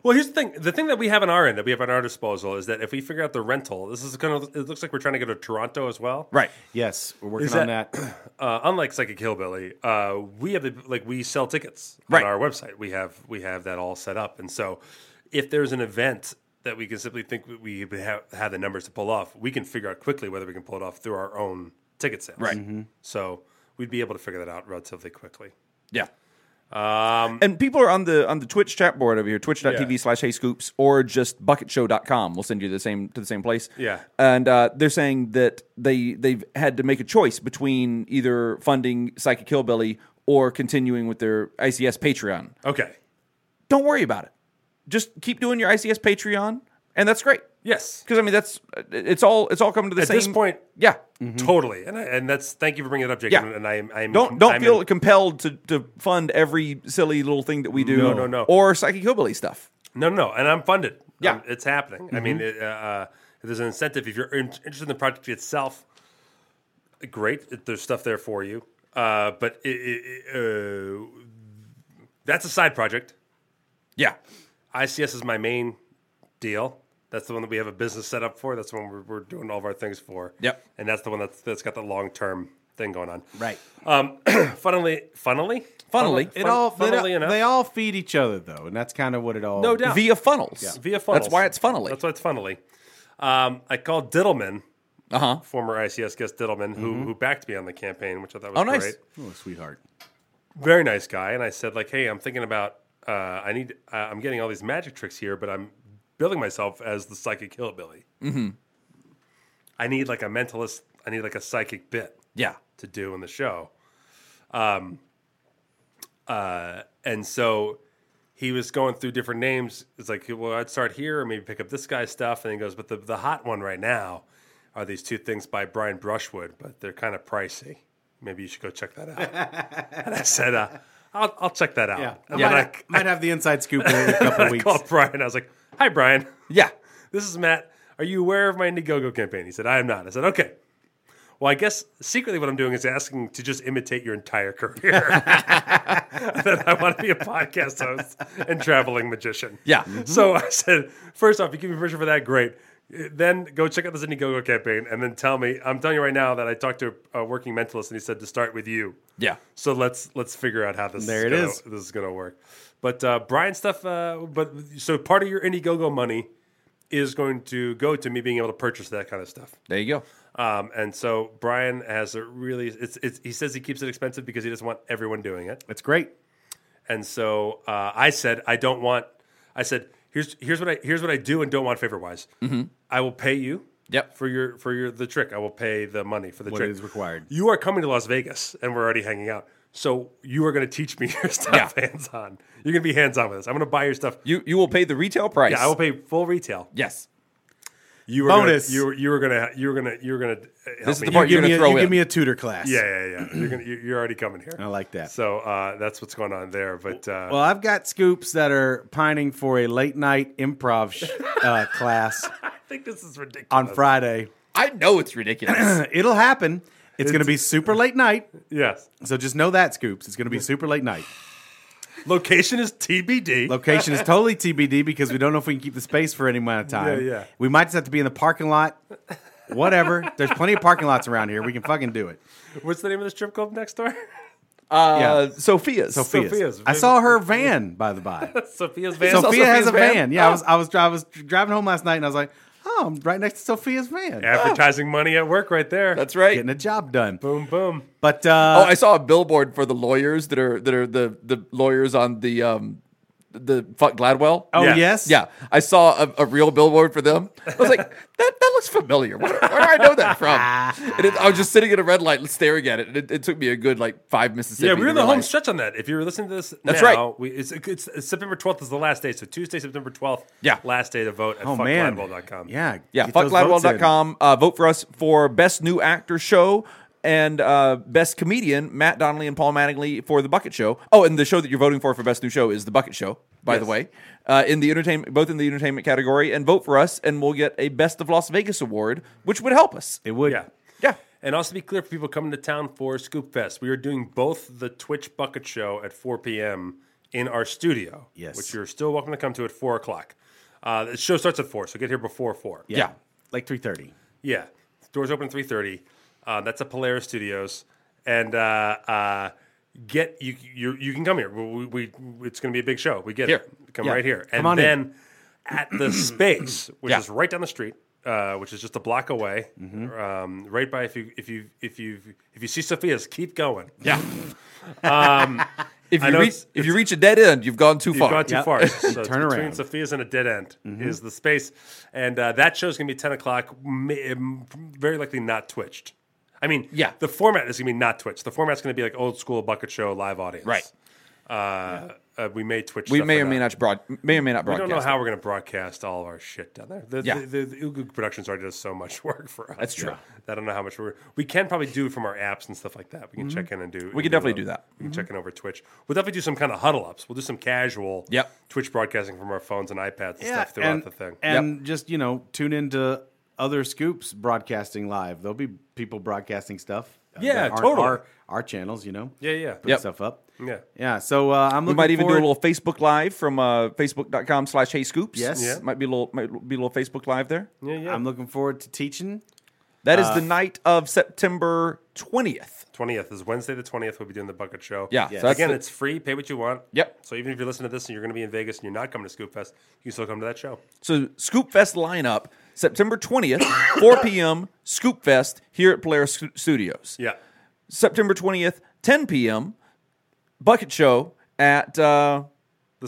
S1: Well, here's the thing. The thing that we have on our end, that we have at our disposal, is that if we figure out the rental, this is kind of. It looks like we're trying to go to Toronto as well,
S3: right.
S2: Yes, we're working
S1: Is
S2: on
S1: that-
S2: that.
S1: <coughs> Uh, unlike Psychic Hillbilly, uh, we have the, like we sell tickets
S3: Right.
S1: on our website. We have we have that all set up, and so if there's an event that we can simply think we- we have, have the numbers to pull off, we can figure out quickly whether we can pull it off through our own ticket sales.
S3: Right.
S1: So we'd be able to figure that out relatively quickly.
S3: Yeah. Um, and people are on the on the Twitch chat board over here, twitch.tv
S1: Yeah.
S3: slash hey scoops, or just bucketshow.com. We'll send you the same to the same place.
S1: Yeah.
S3: And uh, they're saying that they they've had to make a choice between either funding Psychic Hillbilly or continuing with their ICS Patreon.
S1: Okay.
S3: Don't worry about it. Just keep doing your ICS Patreon, and that's great.
S1: Yes.
S3: Because I mean that's it's all it's all coming to the
S1: At
S3: same
S1: this point- mm-hmm.
S3: Yeah.
S1: Totally. And I, and that's thank you for bringing it up, Jacob.
S3: Mm-hmm. Yeah.
S1: And I, I'm
S3: Don't don't
S1: I'm
S3: feel
S1: in-
S3: compelled to, to fund every silly little thing that we do.
S1: No, no, no.
S3: Or Psychic Hillbilly stuff.
S1: No, no, and I'm funded.
S3: Yeah.
S1: Um, it's happening. I mean, it, uh, uh, there's an incentive if you're in- interested in the project itself. Great, It- there's stuff there for you. Uh, but i i i- uh, that's a side project.
S3: Yeah.
S1: ICS is my main deal. That's the one that we have a business set up for. That's the one we're, we're doing all of our things for.
S3: Yep.
S1: And that's the one that's that's got the long term thing going on.
S2: Right.
S1: Um, funnily, funnily,
S3: Funnily.
S2: It all, they,
S1: funnily
S2: all
S1: enough.
S2: they all feed each other though, and that's kind of what it all.
S1: No doubt.
S3: Via funnels.
S1: via funnels.
S3: That's why it's funnily.
S1: That's why it's funnily. Um, I called Diddleman
S3: Uh-huh. Mm-hmm.
S1: former ICS guest Diddleman, who who backed me on the campaign, which I thought was
S3: Oh, nice.
S1: great.
S2: Oh, sweetheart.
S1: Very nice guy. And I said like, hey, I'm thinking about uh, I need uh, I'm getting all these magic tricks here, but I'm building myself as the psychic hillbilly. Mm-hmm. I need like a mentalist. I need like a psychic bit.
S3: Yeah.
S1: to do in the show. Um, uh, and so he was going through different names. It's like, well, I'd start here or maybe pick up this guy's stuff. And he goes, but the, the hot one right now are these two things by Brian Brushwood, but they're kind of pricey. Maybe you should go check that out.
S2: <laughs>
S1: and I said, uh, I'll, I'll check that out.
S2: Yeah. I
S1: And
S2: might,
S1: then I,
S2: have, might have the inside scoop in a couple
S1: I
S2: weeks.
S1: called Brian. I was like, hi, Brian.
S3: Yeah.
S1: This is Matt. Are you aware of my Indiegogo campaign? He said, I am not. I said, okay. Well, I guess secretly what I'm doing is asking to just imitate your entire career. <laughs> that I want to be a podcast host and traveling magician.
S3: Yeah.
S1: So I said, first off, you give me permission for that, great. Uh, Then go check out this Indiegogo campaign and then tell me. I'm telling you right now that I talked to a, a working mentalist and he said to start with you.
S3: Yeah.
S1: So let's let's figure out how this
S2: There
S1: is
S2: it
S1: gonna,
S2: is.
S1: This is gonna work. But uh, Brian stuff. Uh, but so part of your Indiegogo money is going to go to me being able to purchase that kind of stuff.
S3: There you go.
S1: Um, and so Brian has a really. It's, it's he says he keeps it expensive because he doesn't want everyone doing it.
S2: That's great.
S1: And so uh, I said I don't want. I said here's here's what I here's what I do and don't want favor wise.
S2: Mm-hmm.
S1: I will pay you.
S3: Yep.
S1: For your for your the trick, I will pay the money for the
S2: What
S1: trick
S2: is required.
S1: you are coming to Las Vegas and we're already hanging out. So you are going to teach me <laughs> your stuff
S3: Yeah.
S1: hands on. You're going to be hands on with us. I'm going to buy your stuff.
S3: You you will pay the retail price.
S1: Yeah, I will pay full retail.
S3: Yes.
S1: You were gonna-
S2: Bonus.
S1: you were you were going to you were going to you were going to help
S3: This is
S1: me.
S3: the part
S2: Give
S3: you're
S2: me,
S3: gonna
S2: a,
S3: throw
S2: you
S3: in.
S2: give me a tutor class.
S1: yeah, yeah, yeah. You're going to you- you're already coming here.
S2: I like that.
S1: So uh, that's what's going on there. But uh,
S2: Well, I've got scoops that are pining for a late night improv sh- uh, class
S1: I think this is ridiculous.
S2: on Friday. <clears throat>
S3: I know it's
S1: <clears throat>
S3: ridiculous.
S2: It'll happen. It's, going to be super late night.
S1: yes.
S2: So just know that, scoops. It's going to be super late night.
S1: Location is TBD.
S2: Location is totally TBD because we don't know if we can keep the space for any amount of time.
S1: Yeah, yeah.
S2: We might just have to be in the parking lot. Whatever. There's plenty of parking lots around here. We can fucking do it.
S1: What's the name of the strip club next door? <laughs>
S3: Uh, Sophia's.
S2: Sophia's.
S1: Sophia's.
S2: I saw her van by the by.
S1: Sophia's Van.
S3: also
S2: Sophia has
S3: Sophia's
S2: a
S3: van?
S2: van. Yeah,
S3: Oh.
S2: I was I was dri- I was driving home last night and I was like, oh, I'm right next to Sophia's van,
S1: Advertising money at work right there.
S3: That's right.
S2: getting a job done.
S1: boom boom.
S2: But
S3: Oh,
S2: uh,
S3: I saw a billboard for the lawyers that are that are the the lawyers on the um the fuck Gladwell.
S2: oh
S1: Yeah.
S2: yes,
S3: Yeah, I saw a, a real billboard for them. I was like, <laughs> that, that looks familiar. Where, where do I know that from? And it, I was just sitting at a red light, staring at it. And it, it took me a good like five Mississippi.
S1: Yeah, we're
S3: to
S1: in the home
S3: realize-
S1: stretch on that. If you're listening to this,
S3: That's
S1: now,
S3: right.
S1: We, it's, it's, it's September 12th is the last day, so Tuesday, September 12th.
S3: Yeah.
S1: last day to vote at
S2: Oh man,
S1: fuckgladwell.com.
S2: yeah,
S3: Yeah,
S2: get those votes in.
S3: fuckgladwell.com. Uh, vote for us for Best New Actor Show and uh, Best Comedian, Matt Donnelly and Paul Mattingly for The Bucket Show. Oh, and the show that you're voting for for Best New Show is The Bucket Show, by the way, uh, in the entertainment, both in the entertainment category. And vote for us, and we'll get a Best of Las Vegas award, which would help us.
S2: It would.
S1: yeah.
S3: Yeah.
S1: And also be clear for people coming to town for Scoop Fest. We are doing both the Twitch Bucket Show at 4 p.m. in our studio.
S2: Yes.
S1: Which you're still welcome to come to at 4 o'clock. Uh, the show starts at 4, so get here before 4.
S3: Yeah.
S2: like three thirty.
S1: Yeah, doors open at three thirty. Uh, that's at Polaris Studios, and uh, uh, get you you you can come here. We, we, we it's going to be a big show. We get
S3: Here.
S1: it. Come
S2: Yeah.
S1: right here,
S2: Come
S1: and
S2: on in.
S1: then at the
S2: <clears throat>
S1: space, which
S3: Yeah.
S1: is right down the street. Uh, which is just a block away,
S2: Mm-hmm.
S1: um, right by if you if you if you if you see Sophia's, keep going.
S3: <laughs> Yeah. Um, if
S1: I
S3: you
S1: know
S3: reach
S1: it's-
S3: if you reach a dead end, you've gone too
S1: You've
S3: far.
S1: gone too
S3: <laughs>
S2: Yep.
S1: far. So it's
S2: Turn
S1: between
S2: around.
S1: Sophia's and a dead end
S3: Mm-hmm.
S1: is the space, and uh, that show's gonna be ten o'clock. may- um, Very likely not twitched. I mean,
S3: Yeah.
S1: the format is gonna be not twitched. The format's gonna be like old school bucket show live audience.
S3: Right.
S1: Uh, uh, we may twitch.
S3: we
S1: stuff
S3: may
S1: for
S3: or may
S1: that.
S3: not broad may or may not
S1: We
S3: broadcast.
S1: don't know how we're gonna broadcast all of our shit down there. The,
S3: Yeah.
S1: the, the, the Ugu Productions already does so much <laughs> work for us.
S3: That's true.
S1: I don't know how much we're. We can probably do from our apps and stuff like that. We can check in and do. We
S3: Mm-hmm. can definitely do that. Mm-hmm.
S1: We can check in over Twitch. We'll definitely do some kind of huddle ups. We'll do some casual
S3: Yep.
S1: Twitch broadcasting from our phones and iPads and stuff throughout
S2: and,
S1: the thing.
S2: and just you know, tune into other scoops broadcasting live. There'll be people broadcasting stuff. uh,
S1: Yeah,
S2: that aren't
S1: totally.
S2: Our, our channels, you know.
S1: yeah, yeah,
S2: put
S3: Yep.
S2: stuff up.
S1: Yeah.
S2: yeah. So uh, I'm
S3: We
S2: looking
S3: might even do
S2: forward-
S3: a little Facebook Live from uh, facebook.com slash Hey Scoops.
S2: Yes. Yeah.
S3: Might be a little might be a little Facebook Live there.
S1: yeah, yeah.
S2: I'm looking forward to teaching.
S3: That is the night of September 20th.
S1: 20th is Wednesday the 20th. We'll be doing the bucket show.
S3: Yeah, so that's
S1: Again,
S3: the-
S1: it's free. Pay what you want.
S3: Yep.
S1: So even if you're listening to this and you're going to be in Vegas and you're not coming to Scoop Fest, you can still come to that show.
S3: So Scoop Fest lineup September <coughs> 20th, 4 p.m. Scoop Fest here at Polaris Stu- Studios.
S1: Yeah.
S3: September 20th, 10 p.m. Bucket Show at uh,
S1: The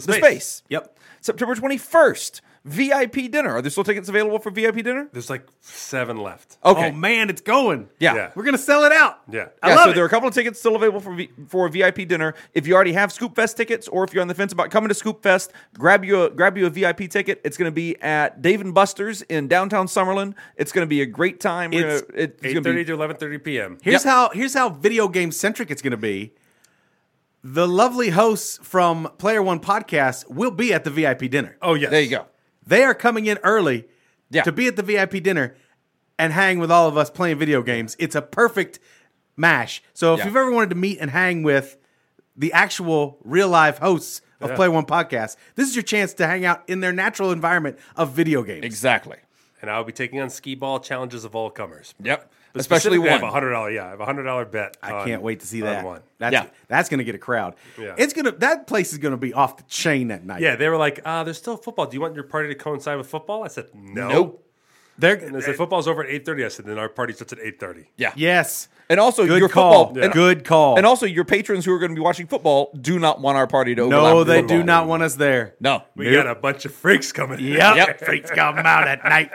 S3: the
S1: space.
S3: space.
S2: Yep.
S3: September 21st, VIP dinner. Are there still tickets available for VIP dinner?
S1: There's like seven left.
S3: Okay.
S2: Oh man, it's going.
S3: yeah.
S1: yeah.
S2: We're gonna sell it out.
S1: Yeah.
S2: I
S3: Yeah,
S2: love
S3: so
S2: it.
S3: there are a couple of tickets still available for v- for VIP dinner. If you already have Scoop Fest tickets, or if you're on the fence about coming to Scoop Fest, grab you a, grab you a VIP ticket. It's going to be at Dave and Buster's in downtown Summerlin. It's going to be a great time. We're
S2: It's
S3: gonna- it's gonna
S1: 8.30
S3: be-
S1: to 11.30 p.m.
S2: Here's
S3: Yep.
S2: how here's how video game centric it's going to be. The lovely hosts from Player One Podcast will be at the VIP dinner.
S1: Oh, yes.
S3: there you go.
S2: They are coming in early
S3: Yeah.
S2: to be at the VIP dinner and hang with all of us playing video games. It's a perfect mash. So if
S3: Yeah.
S2: you've ever wanted to meet and hang with the actual real live hosts of Player One Podcast, this is your chance to hang out in their natural environment of video games.
S3: Exactly.
S1: And I'll be taking on skee ball challenges of all comers.
S3: Yep.
S1: But
S3: Especially one.
S1: specifically, I have a $100, yeah. I have a $100 bet.
S2: I
S1: on-
S2: can't wait to see
S1: on
S2: that.
S1: Uh, One.
S2: That's
S3: Yeah.
S2: that's going to get a crowd.
S1: Yeah.
S2: It's going to that place is going to be off the chain that night.
S1: Yeah, they were like, uh, there's still football. Do you want your party to coincide with football? I said, no.
S3: Nope.
S2: They're,
S1: And they said, football's over at 8.30. I said, then our party starts at 8.30.
S3: Yeah.
S2: yes.
S3: And also
S2: Good
S3: your
S2: call.
S3: football. And,
S2: Good call.
S3: and also your patrons who are going to be watching football do not want our party to overlap.
S2: no,
S3: with
S2: they
S3: football.
S2: do not want us there.
S3: No.
S1: We got a bunch of freaks coming. in.
S2: Yep.
S3: Yep.
S2: Freaks come out
S3: <laughs>
S2: at night.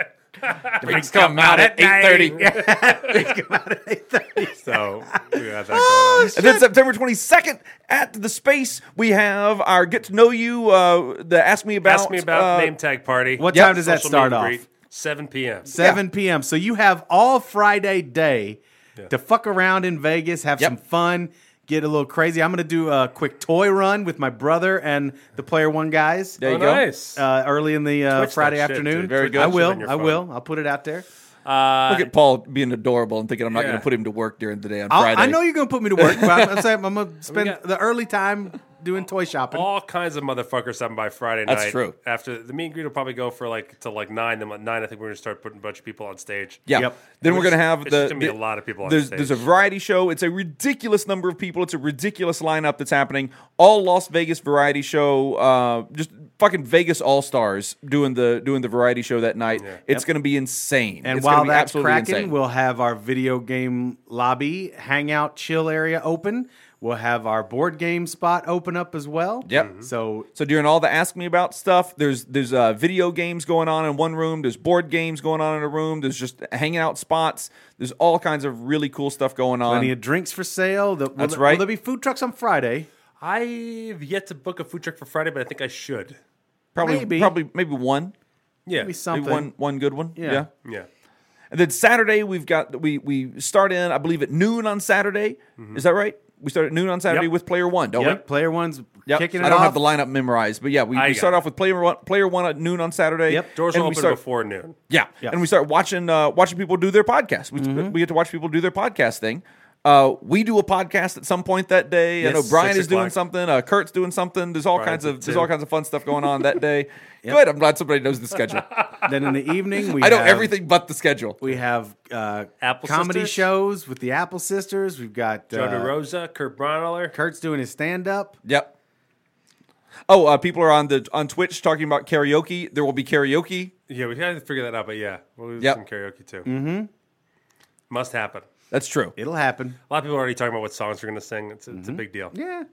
S3: Freaks come out at
S2: night.
S3: 8:30.
S1: <laughs> So we
S2: <laughs>
S1: got that going on.
S3: And then September 22nd at the space, we have our get to know you, uh, the ask me about,
S1: Ask me about
S3: uh,
S1: name tag party.
S2: What
S3: Yep.
S2: time does that
S1: Social
S2: start
S1: meet and
S2: off?
S1: greet, 7 p.m.
S2: 7 p.m. So you have all Friday day to fuck around in Vegas, have
S3: Yep.
S2: some fun, get a little crazy. I'm going to do a quick toy run with my brother and the Player One guys.
S3: There you
S1: Oh,
S3: go.
S1: nice.
S2: uh, early in the uh,
S1: Twitch that
S2: Friday
S1: shit,
S2: afternoon.
S1: dude. Very
S3: good.
S2: I
S3: Twitch
S1: it on
S2: will.
S1: your
S2: I
S1: phone.
S2: will. I'll put it out there.
S1: Uh,
S3: Look at Paul being adorable and thinking I'm not
S1: Yeah.
S3: going to put him to work during the day on
S2: I'll-
S3: Friday.
S2: I know you're going to put me to work, but I'm, I'm saying
S3: <laughs>
S2: I'm going to spend
S1: got-
S2: the early time doing toy shopping.
S1: all kinds of motherfuckers stopping by Friday night.
S3: That's true.
S1: After the meet and greet will probably go for like till like nine. Then at nine, I think we're gonna start putting a bunch of people on stage.
S3: Yeah.
S2: Yep.
S3: Then we're
S1: It's-
S3: going to have
S1: it's
S3: the.
S1: just gonna be
S3: the-
S1: a lot of people on
S3: there's,
S1: stage.
S3: There's a variety show. It's a ridiculous number of people. It's a ridiculous lineup that's happening. All Las Vegas variety show. Uh, just fucking Vegas all stars doing the doing the variety show that night. It's going to be insane.
S2: and
S3: It's gonna
S2: while
S3: be
S2: that's
S3: absolutely
S2: cracking,
S3: insane.
S2: we'll have our video game lobby hangout chill area open. We'll have our board game spot open up as well.
S3: Yep. Mhm.
S2: So
S3: So during all the ask me about stuff, there's there's uh, video games going on in one room. There's board games going on in a room. There's just hanging out spots. There's all kinds of really cool stuff going on.
S2: plenty of drinks for sale. The, will
S3: That's
S2: there-
S3: right.
S2: Will there be food trucks on Friday?
S1: I've yet to book a food truck for Friday, but I think I should.
S3: probably
S2: maybe.
S3: probably maybe one,
S1: Yeah,
S2: Maybe
S3: maybe
S2: something.
S3: one one good one. Yeah.
S1: yeah.
S3: And then Saturday we've got we we start in I believe at noon on Saturday. Is that right? We start at noon on Saturday
S1: Yep.
S3: with player one, don't we?
S2: Yep. Player One's
S3: Yep.
S2: kicking it
S3: I don't
S2: off.
S3: have the lineup memorized, but yeah, we, we
S1: I got
S3: start
S1: it.
S3: off with player one, player one at noon on Saturday.
S2: Yep.
S1: Doors
S3: and
S1: will
S3: we
S1: open
S3: start,
S1: before noon.
S3: Yeah,
S2: Yep.
S3: and we start watching uh, watching people do their podcast. We, we get to watch people do their podcast thing. Uh, we do a podcast at some point that day. I know
S2: Yes,
S3: Brian
S1: six
S3: is doing
S1: o'clock.
S3: something. Uh, Kurt's doing something. There's all
S1: Brian's
S3: kinds
S1: at
S3: of there's
S1: two.
S3: all kinds of fun stuff going on that day. Good. I'm glad somebody knows the schedule.
S2: then in the evening,
S3: <laughs>
S2: we
S3: I know
S2: have-
S3: everything but the schedule.
S2: We have uh,
S1: Apple
S2: comedy
S1: Sisters?
S2: shows with the Apple Sisters. We've got
S1: Joe
S2: uh,
S1: DeRosa, Kurt Braunohler.
S2: Kurt's doing his stand up.
S3: Yep. Oh, uh, people are on the on Twitch talking about karaoke. There will be karaoke.
S1: Yeah, we gotta figure that out, but yeah, we'll do
S3: Yep.
S1: some karaoke too. Mm-hmm. Must happen.
S3: That's true.
S2: It'll happen.
S1: A lot of people are already talking about what songs we're gonna sing. It's,
S3: Mm-hmm.
S1: it's a big deal.
S2: Yeah.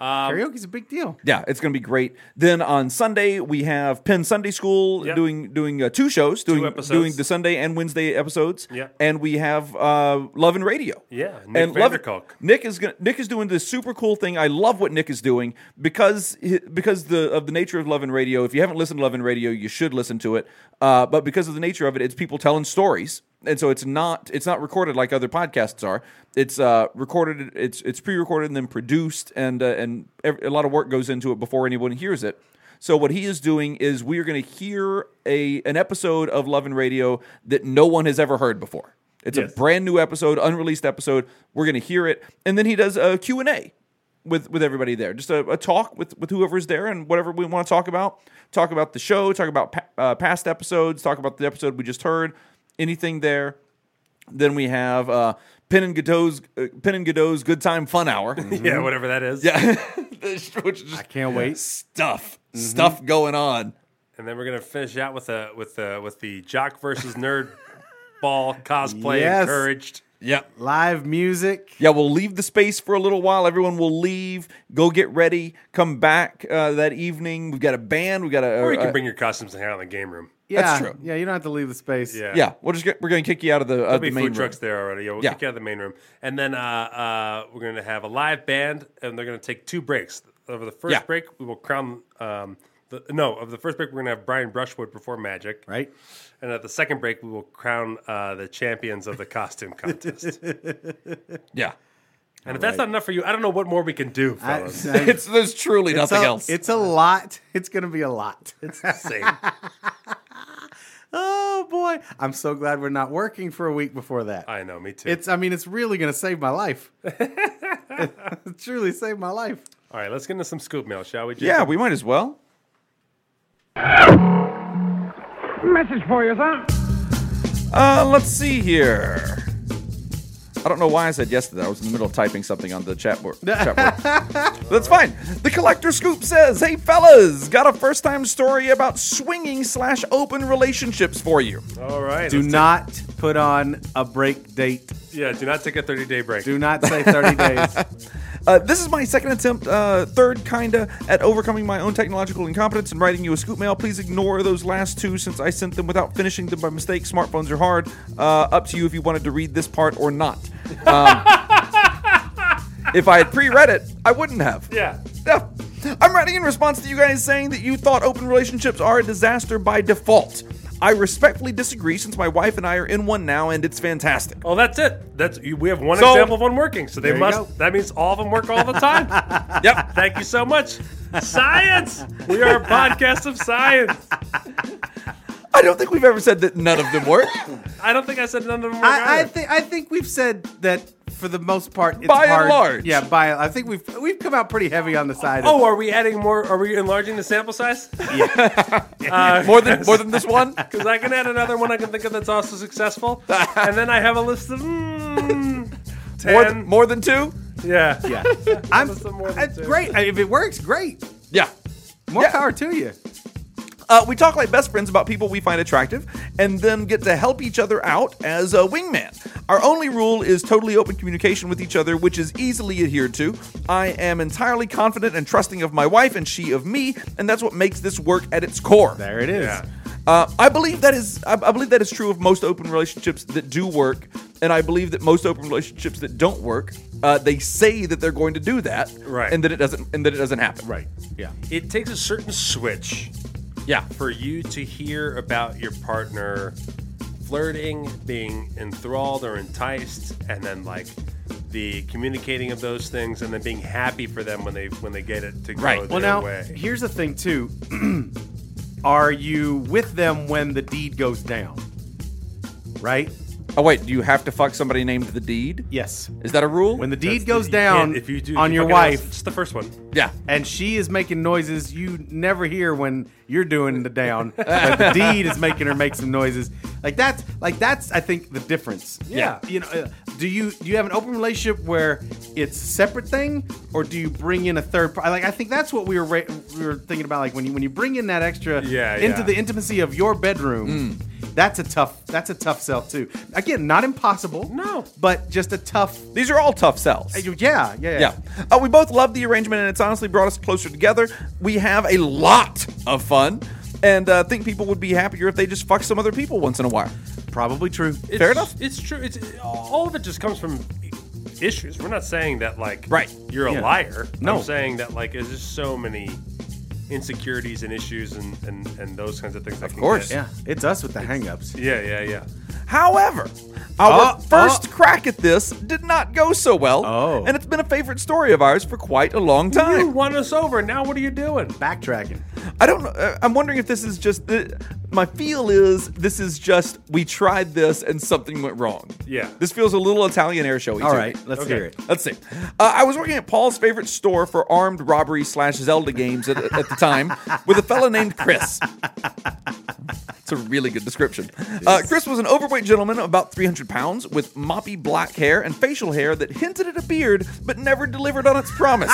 S2: Karaoke's a big deal.
S3: Yeah, it's going to be great. Then on Sunday we have Penn Sunday School
S1: Yep.
S3: doing doing uh, two shows, doing
S1: episodes.
S3: doing the Sunday and Wednesday episodes.
S1: Yep.
S3: and we have uh, Love and Radio.
S1: Yeah, Nick
S3: and Love
S1: Vanderkolk.
S3: Nick is gonna, Nick is doing this super cool thing. I love what Nick is doing because hi- because the of the nature of Love and Radio. If you haven't listened to Love and Radio, you should listen to it. Uh, but because of the nature of it, it's people telling stories, and so it's not it's not recorded like other podcasts are. It's uh, recorded. It's it's pre recorded and then produced, and uh, and ev- a lot of work goes into it before anyone hears it. So what he is doing is we are going to hear a an episode of Love and Radio that no one has ever heard before. It's
S1: Yes.
S3: a brand new episode, unreleased episode. We're going to hear it, and then he does a Q and A with with everybody there, just a, a talk with with whoever's there and whatever we want to talk about. Talk about the show, talk about pa- uh, past episodes, talk about the episode we just heard, anything there. Then we have uh, Penn and Godot's uh, Penn and Godot's Good Time Fun Hour.
S1: <laughs>
S3: <laughs>
S1: Yeah, whatever that is.
S3: Mm-hmm. yeah, which is just
S2: I can't wait.
S3: stuff, stuff going on.
S1: And then we're gonna finish out with a with the with the jock versus nerd ball cosplay
S2: Yes.
S1: encouraged.
S3: Yep.
S2: Live music.
S3: Yeah, we'll leave the space for a little while. Everyone will leave, go get ready, come back uh, that evening. We've got a band. We've got a.
S1: Or you
S3: a-
S1: can bring your costumes and hang out in the game room.
S2: Yeah,
S3: That's true.
S2: Yeah, you don't have to leave the space.
S1: Yeah.
S3: yeah, we'll just get, we're going to kick you out of the, uh,
S1: There'll
S3: the
S1: be
S3: main
S1: food
S3: room.
S1: trucks there already. Yeah, we'll
S3: Yeah.
S1: kick you out of the main room, and then uh, uh, we're going to have a live band, and they're going to take two breaks. Over the first
S3: Yeah.
S1: break, we will crown. Um, the, no, over the first break, we're going to have Brian Brushwood perform magic,
S2: Right?
S1: And at the second break, we will crown uh, the champions of the costume contest. and <laughs>
S3: Yeah,
S1: if that's not enough for you, I don't know what more we can do,
S2: I-
S1: fellas.
S2: <laughs> I-
S3: it's there's truly
S2: it's
S3: <laughs> nothing
S2: a,
S3: else.
S2: It's a lot. It's going to be a lot.
S1: It's insane.
S2: Oh, boy. I'm so glad we're not working for a week before that.
S1: I know, me too.
S2: It's, I mean, it's really going to save my life. it truly saved my life.
S1: All right, let's get into some scoop mail, shall we?
S3: yeah,
S1: Jacob?
S3: we might as well.
S5: Message for you, sir.
S3: Uh, let's see here. I don't know why I said yes to that. I was in the middle of typing something on the chat board. Chat board. That's fine. The collector scoop says, "Hey fellas, got a first-time story about swinging slash open relationships for you."
S1: All right.
S2: Do
S1: let's
S2: not put on a break date.
S1: take- yeah, do not take a thirty-day break.
S2: Do not say 30 days.
S3: Uh, this is my second attempt, uh, third kinda, at overcoming my own technological incompetence and writing you a scoop mail. Please ignore those last two since I sent them without finishing them by mistake. Smartphones are hard. Uh, up to you if you wanted to read this part or not. Um, if I had pre-read it, I wouldn't have.
S1: yeah.
S3: Yeah. I'm writing in response to you guys saying that you thought open relationships are a disaster by default. I respectfully disagree since my wife and I are in one now and it's fantastic.
S1: Oh, that's it. That's you- we have one
S3: So-
S1: example of one working. So they
S2: you
S1: must.
S2: go.
S1: That means all of them work all the
S2: <laughs>
S1: time.
S3: Yep.
S1: Thank you so much, science. We are a podcast of science.
S3: <laughs> I don't think we've ever said that none of them work.
S1: I don't think I said none of them work.
S2: I, I
S1: either.
S2: think I think we've said that for the most part. It's
S3: By and
S2: hard.
S3: large.
S2: yeah. By I think we've we've come out pretty heavy on the side.
S1: oh,
S2: of,
S1: are we adding more? Are we enlarging the sample size? <laughs>
S2: <laughs>
S3: More than more than this one.
S1: Because I can add another one I can think of that's also
S2: <laughs>
S1: successful, and then I have a list of mm,
S3: More than,
S1: ten.
S3: more than two.
S1: yeah,
S2: yeah. I'm
S1: Listen more than
S2: that's
S1: two.
S2: great. I- If it works, great.
S3: Yeah.
S2: More
S3: Yeah.
S2: power to you.
S3: Uh, we talk like best friends about people we find attractive and then get to help each other out as a wingman. Our only rule is totally open communication with each other, which is easily adhered to. I am entirely confident and trusting of my wife and she of me, and that's what makes this work at its core.
S2: There it is.
S1: Yeah.
S3: Uh, I believe that is I, I believe that is true of most open relationships that do work, and I believe that most open relationships that don't work, uh, they say that they're going to do that,
S1: Right.
S3: and that it doesn't and that it doesn't happen,
S2: Right. Yeah.
S1: it takes a certain switch
S3: Yeah,
S1: for you to hear about your partner flirting, being enthralled or enticed, and then like the communicating of those things, and then being happy for them when they when they get it to go
S3: Right.
S1: their
S2: Well, now
S1: way.
S2: here's the thing too. <clears throat> Are you with them when the deed goes down? Right.
S3: Oh wait, do you have to fuck somebody named the deed?
S2: Yes.
S3: Is that a rule?
S2: When the
S1: That's
S2: deed
S1: the-
S2: goes
S1: you
S2: down
S1: can't- if you do, if
S2: on
S1: you
S2: your
S1: fucking ask-
S2: wife,
S1: it's the first one.
S3: yeah.
S2: and she is making noises you never hear when you're doing the down, but the deed is making her make some noises. Like that's like that's I think the difference.
S3: Yeah.
S2: you know, uh, do you do you have an open relationship where it's a separate thing, or do you bring in a third? par- Like I think that's what we were ra- we were thinking about. Like when you when you bring in that extra
S1: Yeah, Mm.
S2: into
S1: yeah.
S2: the intimacy of your bedroom. That's a tough. That's a tough sell too. Again, not impossible.
S1: No.
S2: but just a tough.
S3: These are all tough sells.
S2: Yeah, yeah, yeah.
S3: Yeah. Uh, we both love the arrangement, and it's honestly brought us closer together. We have a lot of fun, and uh, think people would be happier if they just fuck some other people once in a while.
S2: Probably true.
S1: It's,
S3: Fair enough.
S1: It's true. It's all of it just comes from issues. We're not saying that like
S3: Right.
S1: you're a
S2: Yeah.
S1: liar.
S2: No.
S1: I'm saying that like there's just so many insecurities and issues and and, and those kinds of things. Of
S3: course.
S2: Yeah, it's us with the hangups.
S1: Yeah, yeah, yeah.
S3: However, our
S2: Oh,
S3: first
S2: oh.
S3: crack at this did not go so well,
S2: Oh.
S3: and it's been a favorite story of ours for quite a long
S1: You
S3: time.
S1: won us over. Now what are you doing?
S2: backtracking.
S3: I don't. know- Uh, I'm wondering if this is just. The, my feel is this is just we tried this and something went wrong.
S1: Yeah.
S3: this feels a little Italian air showy.
S2: All
S3: to
S2: right,
S3: me.
S2: let's
S1: Okay.
S2: hear it.
S3: Let's see. Uh, I was working at Paul's favorite store for armed robbery slash Zelda games at, at the time with a fella named Chris. It's a really good description. Uh, Chris was an overweight gentleman of about 300 pounds with moppy black hair and facial hair that hinted at a beard but never delivered on its promise.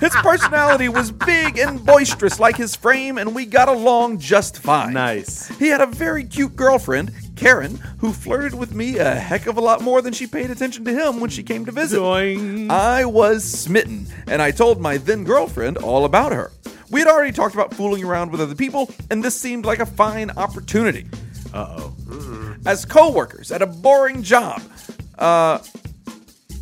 S3: his personality was big and boisterous like his frame, and we got along just fine.
S2: Nice.
S3: He had a very cute girlfriend, Karen, who flirted with me a heck of a lot more than she paid attention to him when she came to visit.
S2: Doing.
S3: I was smitten, and I told my then girlfriend all about her. We had already talked about fooling around with other people, and this seemed like a fine opportunity. Uh oh. As co workers at a boring job, uh,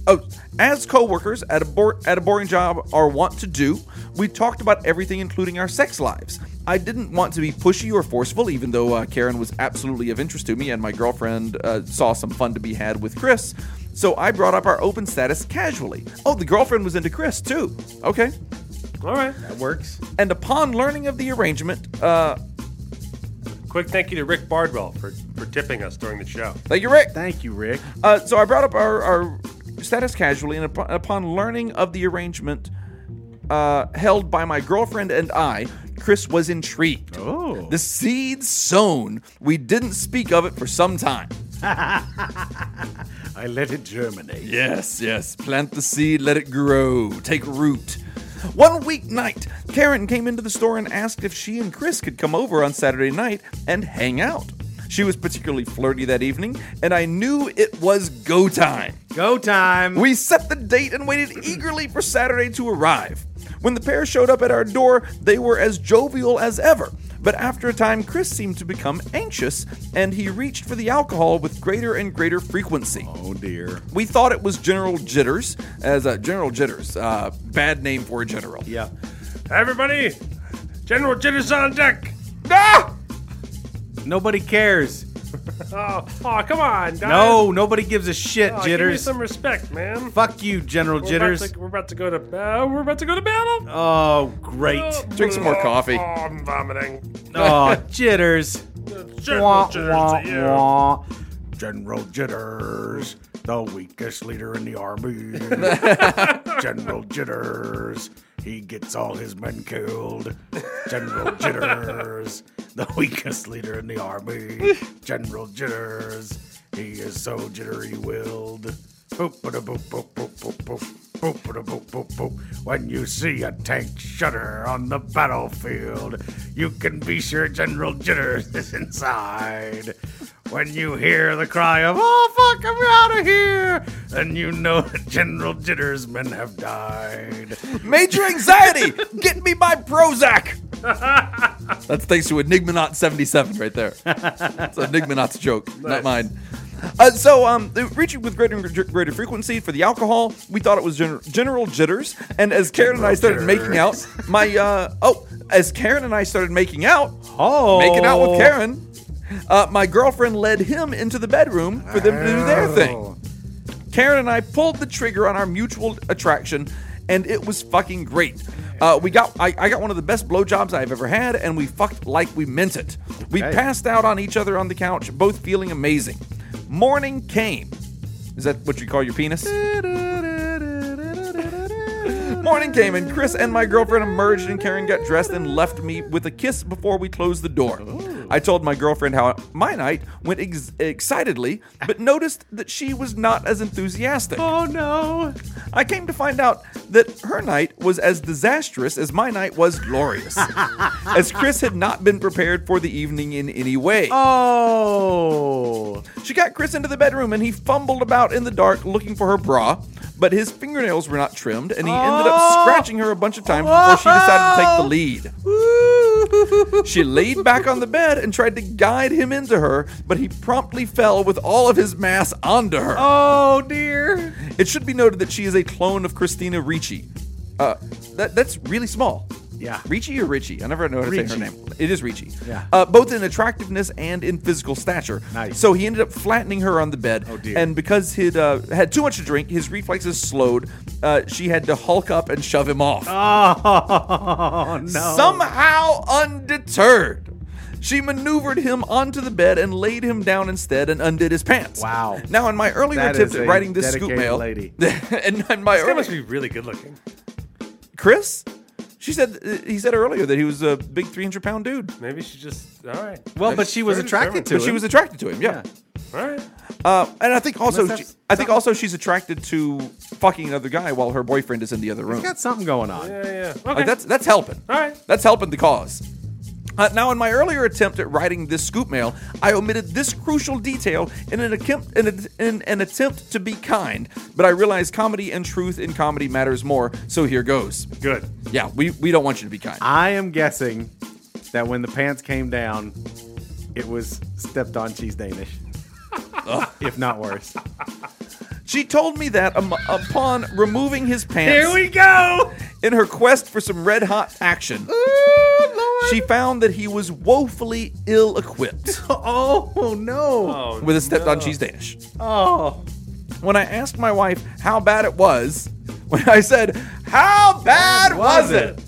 S3: oh, as co workers at, a bor- at a boring job are wont to do, we talked about everything, including our sex lives. I didn't want to be pushy or forceful, even though uh, Karen was absolutely of interest to me, and my girlfriend uh, saw some fun to be had with Chris. So I brought up our open status casually. Oh, the girlfriend was into Chris too. Okay.
S1: All right.
S2: That works.
S3: And upon learning of the arrangement, uh,
S1: Quick thank you to Rick Bardwell for, for tipping us during the show.
S3: thank you, Rick.
S2: Thank you, Rick.
S3: Uh, so I brought up our, our status casually, and upon, upon learning of the arrangement uh, held by my girlfriend and I, Chris was intrigued.
S2: Oh.
S3: The seed sown. We didn't speak of it for some time.
S2: I let it germinate.
S3: Yes, yes. Plant the seed, let it grow, take root. One weeknight, Karen came into the store and asked if she and Chris could come over on Saturday night and hang out. She was particularly flirty that evening, and I knew it was go time.
S2: Go time.
S3: We set the date and waited eagerly for Saturday to arrive. When the pair showed up at our door, they were as jovial as ever. But after a time, Chris seemed to become anxious, and he reached for the alcohol with greater and greater frequency.
S2: oh dear.
S3: We thought it was General Jitters, as a General Jitters, uh, bad name for a general.
S2: Yeah.
S1: Everybody, General Jitter's on deck.
S3: Ah!
S2: Nobody cares.
S1: Oh, oh come on, guys.
S2: No, nobody gives a shit,
S1: Oh, Give me
S2: Jitters.
S1: some respect, man.
S2: Fuck you, General
S1: We're about
S2: Jitters.
S1: to- we're about to go to battle. We're about to go to battle.
S2: Oh, great.
S3: Drink some more coffee.
S1: Oh, I'm vomiting. Uh,
S2: Oh, Jitters.
S1: General Jitters to you.
S2: wah. General Jitters, the weakest leader in
S1: <laughs>
S2: the army. General Jitters, he gets all his men killed.
S1: <laughs>
S2: General Jitters, the weakest leader in the army. General Jitters, he is so jittery willed. Boop, ba boop, boop, boop, boop, boop. Boop, ba boop, boop, boop. When you see a tank shudder on the battlefield, you can be sure General Jitters <laughs> is inside. When you hear the cry of, oh fuck, I'm out of here, then you know that General Jitters' men have died.
S3: Major anxiety! Get me my Prozac! That's thanks to Enigmanaut77 right there. It's Enigmanaut's joke, not mine. Uh, so, um, reaching with greater and greater frequency for the alcohol, we thought it was gen- general jitters. And as Karen and I started making out, my uh, oh, as Karen and I started making out,
S2: Oh.
S3: making out with Karen, uh, my girlfriend led him into the bedroom for them to do their thing. Karen and I pulled the trigger on our mutual attraction, and it was fucking great. Uh, we got I, I got one of the best blowjobs I've ever had, and we fucked like we meant it. We
S2: Okay.
S3: passed out on each other on the couch, both feeling amazing. Morning came. Is that what you call your penis? Morning came and Chris and my girlfriend emerged and Karen got dressed and left me with a kiss before we closed the door. I told my girlfriend how my night went ex- excitedly, but noticed that she was not as enthusiastic.
S2: Oh no.
S3: I came to find out that her night was as disastrous as my night was glorious, as Chris had not been prepared for the evening in any way.
S2: Oh.
S3: She got Chris into the bedroom and he fumbled about in the dark looking for her bra, but his fingernails were not trimmed and he ended up scratching her a bunch of times before she decided to take the lead. She laid back on the bed and tried to guide him into her, but he promptly fell with all of his mass onto her.
S2: <laughs> Oh dear.
S3: It should be noted that she is a clone of Christina Ricci. Uh, that, that's really small.
S2: Yeah.
S3: Ricci or Richie? I never know how to say
S2: Ricci.
S3: her name. It is Ricci.
S2: Yeah.
S3: Uh, both in attractiveness and in physical stature.
S2: Nice.
S3: So he ended up flattening her on the bed. Oh
S2: dear.
S3: And because he'd uh, had too much to drink, his reflexes slowed. Uh, she had to hulk up and shove him off.
S2: Oh no.
S3: Somehow undeterred. She maneuvered him onto the bed and laid him down instead and undid his pants.
S2: Wow.
S3: Now, in my earlier
S2: That
S3: attempts
S2: is
S3: at
S2: a
S3: writing this scoop
S2: dedicated
S3: mail,
S2: lady.
S3: <laughs> and in my
S1: That
S3: earlier,
S1: must be really good looking.
S3: Chris, She said uh, he said earlier that he was a big 300 pound dude,
S1: Maybe she just all right.
S2: Well, but she was
S1: Very
S2: attracted
S1: determined.
S2: to
S3: but
S2: him.
S3: she was attracted to him. Yeah,
S1: All right.
S3: Uh, and I think also
S2: Must have
S3: she, I think also she's attracted to fucking another guy while her boyfriend is in the other room.
S2: got something going on.
S1: Yeah, yeah. Okay.
S3: Like that's that's helping.
S1: All right.
S3: that's helping the cause. Uh, now, in my earlier attempt at writing this scoop mail, I omitted this crucial detail in an attempt in, a, in an attempt to be kind. But I realized comedy and truth in comedy matters more. So here goes.
S1: good.
S3: Yeah, we we don't want you to be kind.
S2: I am guessing that when the pants came down, it was stepped on cheese <laughs> Danish, if not <laughs> worse.
S3: She told me that um, upon removing his pants.
S1: Here we go.
S3: in her quest for some red hot action.
S2: Oh,
S3: She found that he was woefully ill equipped
S2: Oh no!
S1: Oh,
S3: with a stepped on cheese Danish.
S2: Oh,
S3: When I asked my wife how bad it was, <laughs> when I said, How bad was it?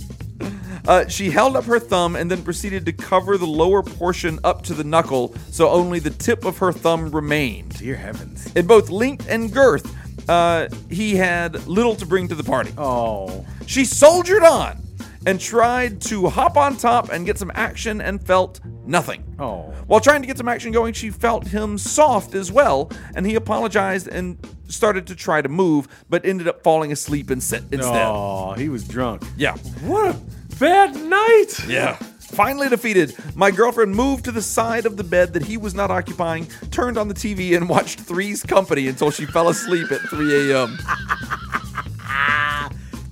S3: Uh, she held up her thumb and then proceeded to cover the lower portion up to the knuckle so only the tip of her thumb remained.
S2: dear heavens!
S3: In both length and girth, uh, he had little to bring to the party.
S2: Oh,
S3: She soldiered on and tried to hop on top and get some action and felt nothing.
S2: Oh.
S3: While trying to get some action going, she felt him soft as well, and he apologized and started to try to move, but ended up falling asleep and sit instead.
S2: oh, he was drunk.
S3: Yeah.
S1: what a bad night.
S3: Yeah. Finally defeated, my girlfriend moved to the side of the bed that he was not occupying, turned on the TV, and watched Three's Company until she fell asleep at 3 a.m.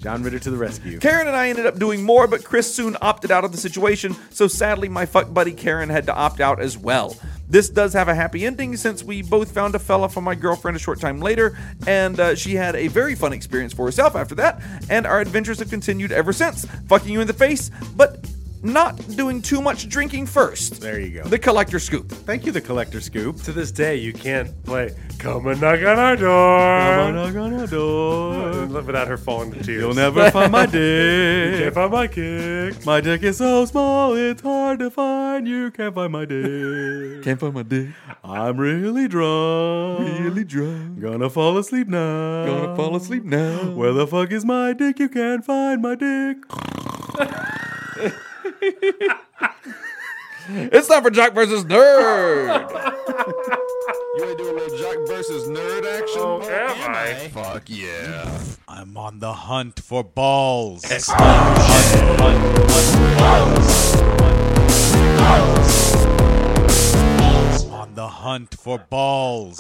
S2: John Ritter to the rescue.
S3: Karen and I ended up doing more, but Chris soon opted out of the situation, so sadly, my fuck buddy Karen had to opt out as well. This does have a happy ending since we both found a fella for my girlfriend a short time later, and uh, she had a very fun experience for herself after that, and our adventures have continued ever since. Fucking you in the face, but not doing too much drinking first.
S2: There you go.
S3: The collector scoop.
S2: Thank you, the collector scoop.
S1: To this day, you can't play "Come and Knock on Our Door" without her falling to tears.
S2: You'll never find my
S1: You can't
S2: dick.
S1: find my kick.
S2: My dick is so small, it's hard to find. You can't find my dick.
S3: Can't find my dick.
S2: I'm really drunk.
S3: drunk.
S2: Gonna fall asleep now.
S3: asleep now.
S2: Where the fuck is my dick? You can't find my dick.
S3: It's time for Jock versus Nerd.
S6: You want to do a little Jock versus nerd action? Oh,
S1: am I?
S6: Fuck yeah.
S7: I'm on the hunt for balls. On the hunt for balls.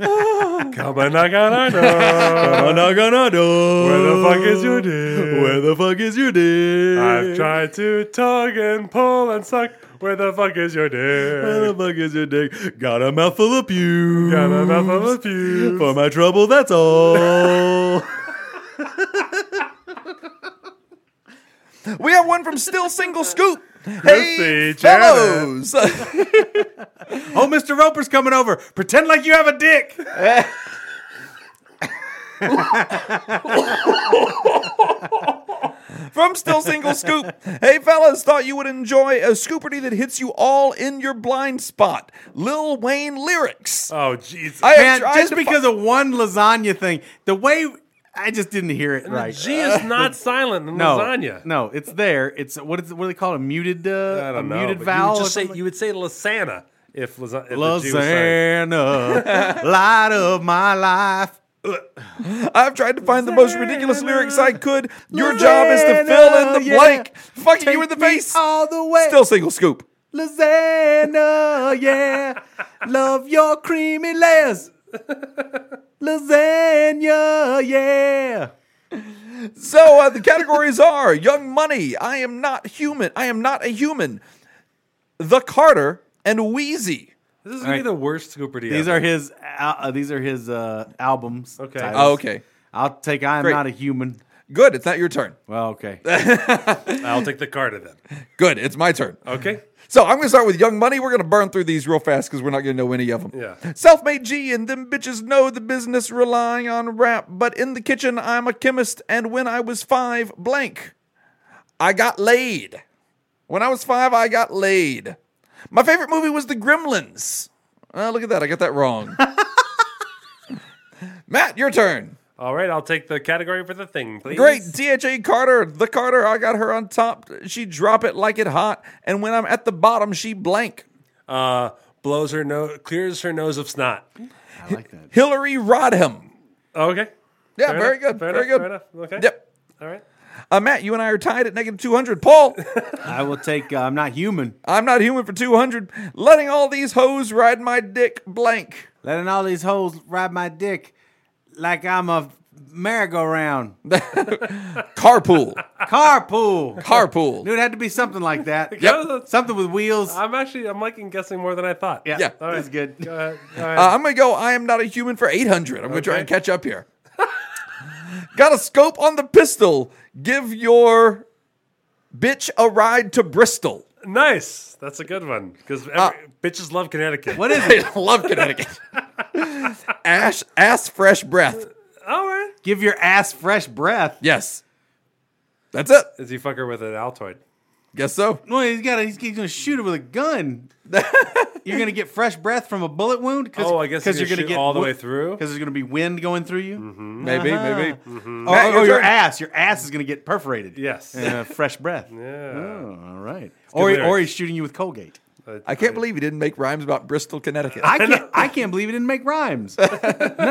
S1: Come and knock on our door.
S2: I'm not gonna do.
S1: Where the fuck is your dick?
S2: Where the fuck is your dick?
S1: I've tried to tug and pull and suck. Where the fuck is your
S2: Where the
S1: dick?
S2: fuck is your dick? Got a mouthful of pubes.
S1: Got a mouthful of pubes.
S2: For my trouble,
S1: <laughs>
S2: that's all.
S3: We have one from Still Single Scoop. Hey,
S1: Chrissy Janet.
S3: fellows. <laughs>
S2: oh, Mr. Roper's coming over. Pretend like you have a dick.
S3: from Still Single Scoop. Hey, fellas, thought you would enjoy a scooperty that hits you all in your blind spot. Lil Wayne lyrics.
S1: Oh Jesus!
S3: I
S2: Man,
S3: have tried
S2: just
S3: to
S2: because
S3: fi-
S2: of one lasagna thing, the way I just didn't hear it right.
S1: G
S2: <laughs>
S1: is not silent in
S2: no,
S1: lasagna.
S2: No, it's there. It's what is what do they call it? A muted uh,
S1: I
S2: a
S1: don't know.
S2: muted
S1: but
S2: vowel.
S1: You would,
S2: or
S1: just say,
S2: something?
S1: you would say lasagna if, lasa- if the G was silent.
S2: Lasagna, light of my life.
S3: I've tried to find the most ridiculous lyrics I could. Your job is to fill in the
S2: Yeah.
S3: blank. Fucking you in the
S2: Take me
S3: face.
S2: all the way.
S3: Still Single Scoop.
S2: Lasagna, yeah. Love your creamy layers. Lasagna, yeah.
S3: So uh, the categories are Young Money, I Am Not Human, I Am Not a Human, The Carter, and Wheezy.
S1: This is gonna be
S2: right.
S1: the worst scooper
S2: These are his. al- Uh, these are his uh, albums.
S1: Okay.
S2: titles.
S3: Oh, okay.
S2: I'll take. I am
S3: Great.
S2: not a human.
S3: Good, it's not your turn. <laughs>
S2: Well, okay.
S1: I'll take the Carter then.
S3: Good, it's my turn.
S1: Okay.
S2: <laughs>
S3: So I'm going to start with Young Money. We're going to burn through these real fast because we're not going to know any of them.
S1: Yeah.
S3: Self-made G and them bitches know the business relying on rap. But in the kitchen, I'm a chemist. And when I was five, blank, I got laid. When I was five, I got laid. My favorite movie was The Ah, Gremlins. Uh, look at that. I got that wrong. <laughs> Matt, your turn.
S1: All right, I'll take the category for the thing, please.
S3: Great, DHA Carter, the Carter. I got her on top. She drop it like it hot, and when I'm at the bottom, she blank.
S1: Uh, blows her nose, clears her nose of snot.
S2: I like that.
S3: Hillary Rodham.
S1: Oh, Okay.
S3: Yeah,
S1: Fair
S3: Ah, very
S1: enough,
S3: good.
S1: fair
S3: very
S1: enough,
S3: good.
S1: fair enough, okay.
S3: Yep.
S1: All right.
S3: Uh, Matt, you and I are tied at negative 200.
S1: <laughs>
S3: Paul,
S2: I will take. Uh, I'm not human.
S3: I'm not human for 200. Letting all these hoes ride my dick blank.
S2: Letting all these hoes ride my dick like I'm a
S3: <laughs>
S2: merry-go-round
S1: <laughs>
S3: Carpool.
S2: carpool.
S3: Carpool.
S2: Knew it had to be something
S3: <laughs>
S2: like that.
S3: Yep.
S1: That was a-
S2: Something with wheels.
S1: Oh, I'm actually I'm liking guessing more than I thought.
S3: Yeah.
S1: All
S2: that's good.
S1: Go ahead. All right.
S3: Uh, I'm going to go, I am not a human for 800. I'm going to try
S1: Okay.
S3: and catch up here. <laughs> Got a scope on the pistol. Give your bitch a ride to Bristol.
S1: nice. That's a good one because bitches love Connecticut.
S3: <laughs>
S2: What is it?
S3: I love
S1: <laughs>
S3: Connecticut. Ash, ass fresh breath.
S1: All right.
S2: Give your ass fresh breath.
S3: Yes. That's it.
S1: Is he fucker with an Altoid?
S3: Guess so.
S2: Well, he's got. He's, he's gonna shoot it with a gun. <laughs> you're gonna get fresh breath from a bullet wound. Cause,
S1: Oh, I guess you're gonna shoot all the way through. Mm-hmm.
S2: because there's gonna be wind going through you.
S3: Maybe, maybe.
S2: Or,
S3: Matt,
S2: or
S3: your
S2: your
S3: turn.
S2: ass. Your ass is gonna get perforated.
S1: Yes.
S2: <laughs> Uh, fresh breath.
S1: Yeah.
S2: Oh, all right. Or
S1: lyrics.
S2: or he's shooting you
S1: <laughs>
S2: with Colgate.
S3: I can't believe he didn't make rhymes about Bristol, Connecticut.
S2: I can't. I can't believe he didn't make rhymes. None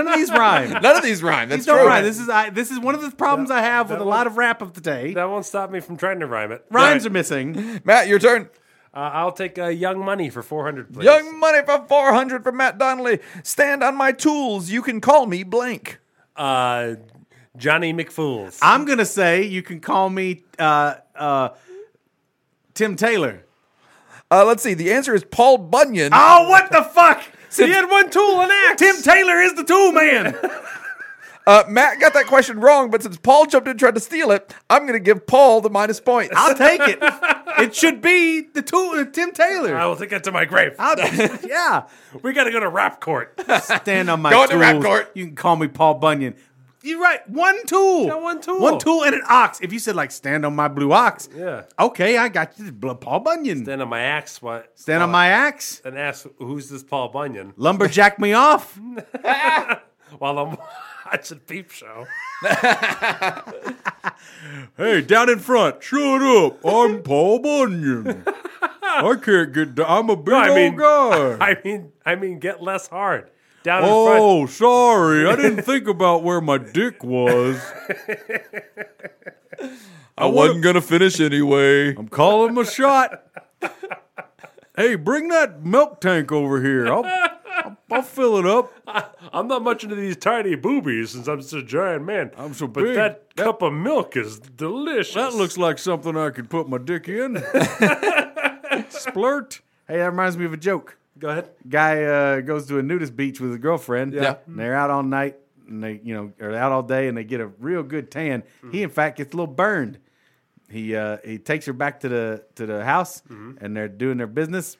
S2: of
S1: <laughs>
S2: these rhyme.
S3: None of these rhyme. That's
S2: These don't
S3: true.
S2: rhyme. This is I, this is one of the problems I have with a lot of rap of the
S1: <laughs>
S2: day.
S1: That won't stop me from trying to rhyme it.
S2: Rhymes are missing.
S3: Matt, your turn.
S1: Uh, I'll take uh, Young Money for 400, please.
S3: Young money for 400 from Matt Donnelly. Stand on my tools. You can call me blank.
S1: Uh, Johnny McFools.
S2: I'm gonna say you can call me uh, uh, Tim Taylor.
S3: Uh, let's see. The answer is Paul Bunyan.
S2: Oh, what the fuck!
S1: he had one tool and axe.
S2: Tim Taylor is the tool man.
S3: Uh, Matt got that question wrong, but since Paul jumped in and tried to steal it, I'm going to give Paul the minus points.
S2: I'll take it. It should be the tool, uh, Tim
S1: <laughs> I
S2: Taylor.
S1: will take that to my grave.
S2: I'll, <laughs> yeah,
S1: <laughs> we got to go to rap court.
S2: stand on my
S3: Go
S2: tools.
S3: into rap court.
S2: You can call me Paul Bunyan. You're right. One tool.
S1: Yeah, one tool.
S2: One tool and an ox. If you said like stand on my blue ox,
S1: Yeah.
S2: Okay, I got you. Bl- Paul Bunyan. Stand,
S1: then on my axe, what?
S2: on my axe.
S1: And ask who's this Paul Bunyan
S2: Lumberjack me off.
S1: while I'm <laughs> watching Peep Show.
S2: Hey, down in front. Shut up. I'm Paul Bunyan. I can't get down. I'm a
S1: <laughs>
S2: big
S1: I mean-
S2: guy.
S1: <laughs> I mean, I mean, get less hard down in front.
S2: Oh, sorry. I didn't think about where my dick was.
S3: I wasn't going to finish anyway.
S2: I'm calling my shot. Hey, bring that milk tank over here. I'll, I'll, I'll fill it up.
S1: I'm not much into these tiny boobies since I'm such a giant man.
S2: I'm so
S1: but
S2: big.
S1: that, cup of milk is delicious.
S2: That looks like something I could put my
S1: <laughs>
S2: dick in. Splurt. Hey, that reminds me of a joke.
S1: Go ahead.
S2: Guy uh, goes to a nudist beach with his girlfriend.
S3: Yeah.
S2: And they're out all night and they, you know, are out all day and they get a real good tan. He, in fact, gets a little burned. He uh, he takes her back to the to the house and they're doing their business.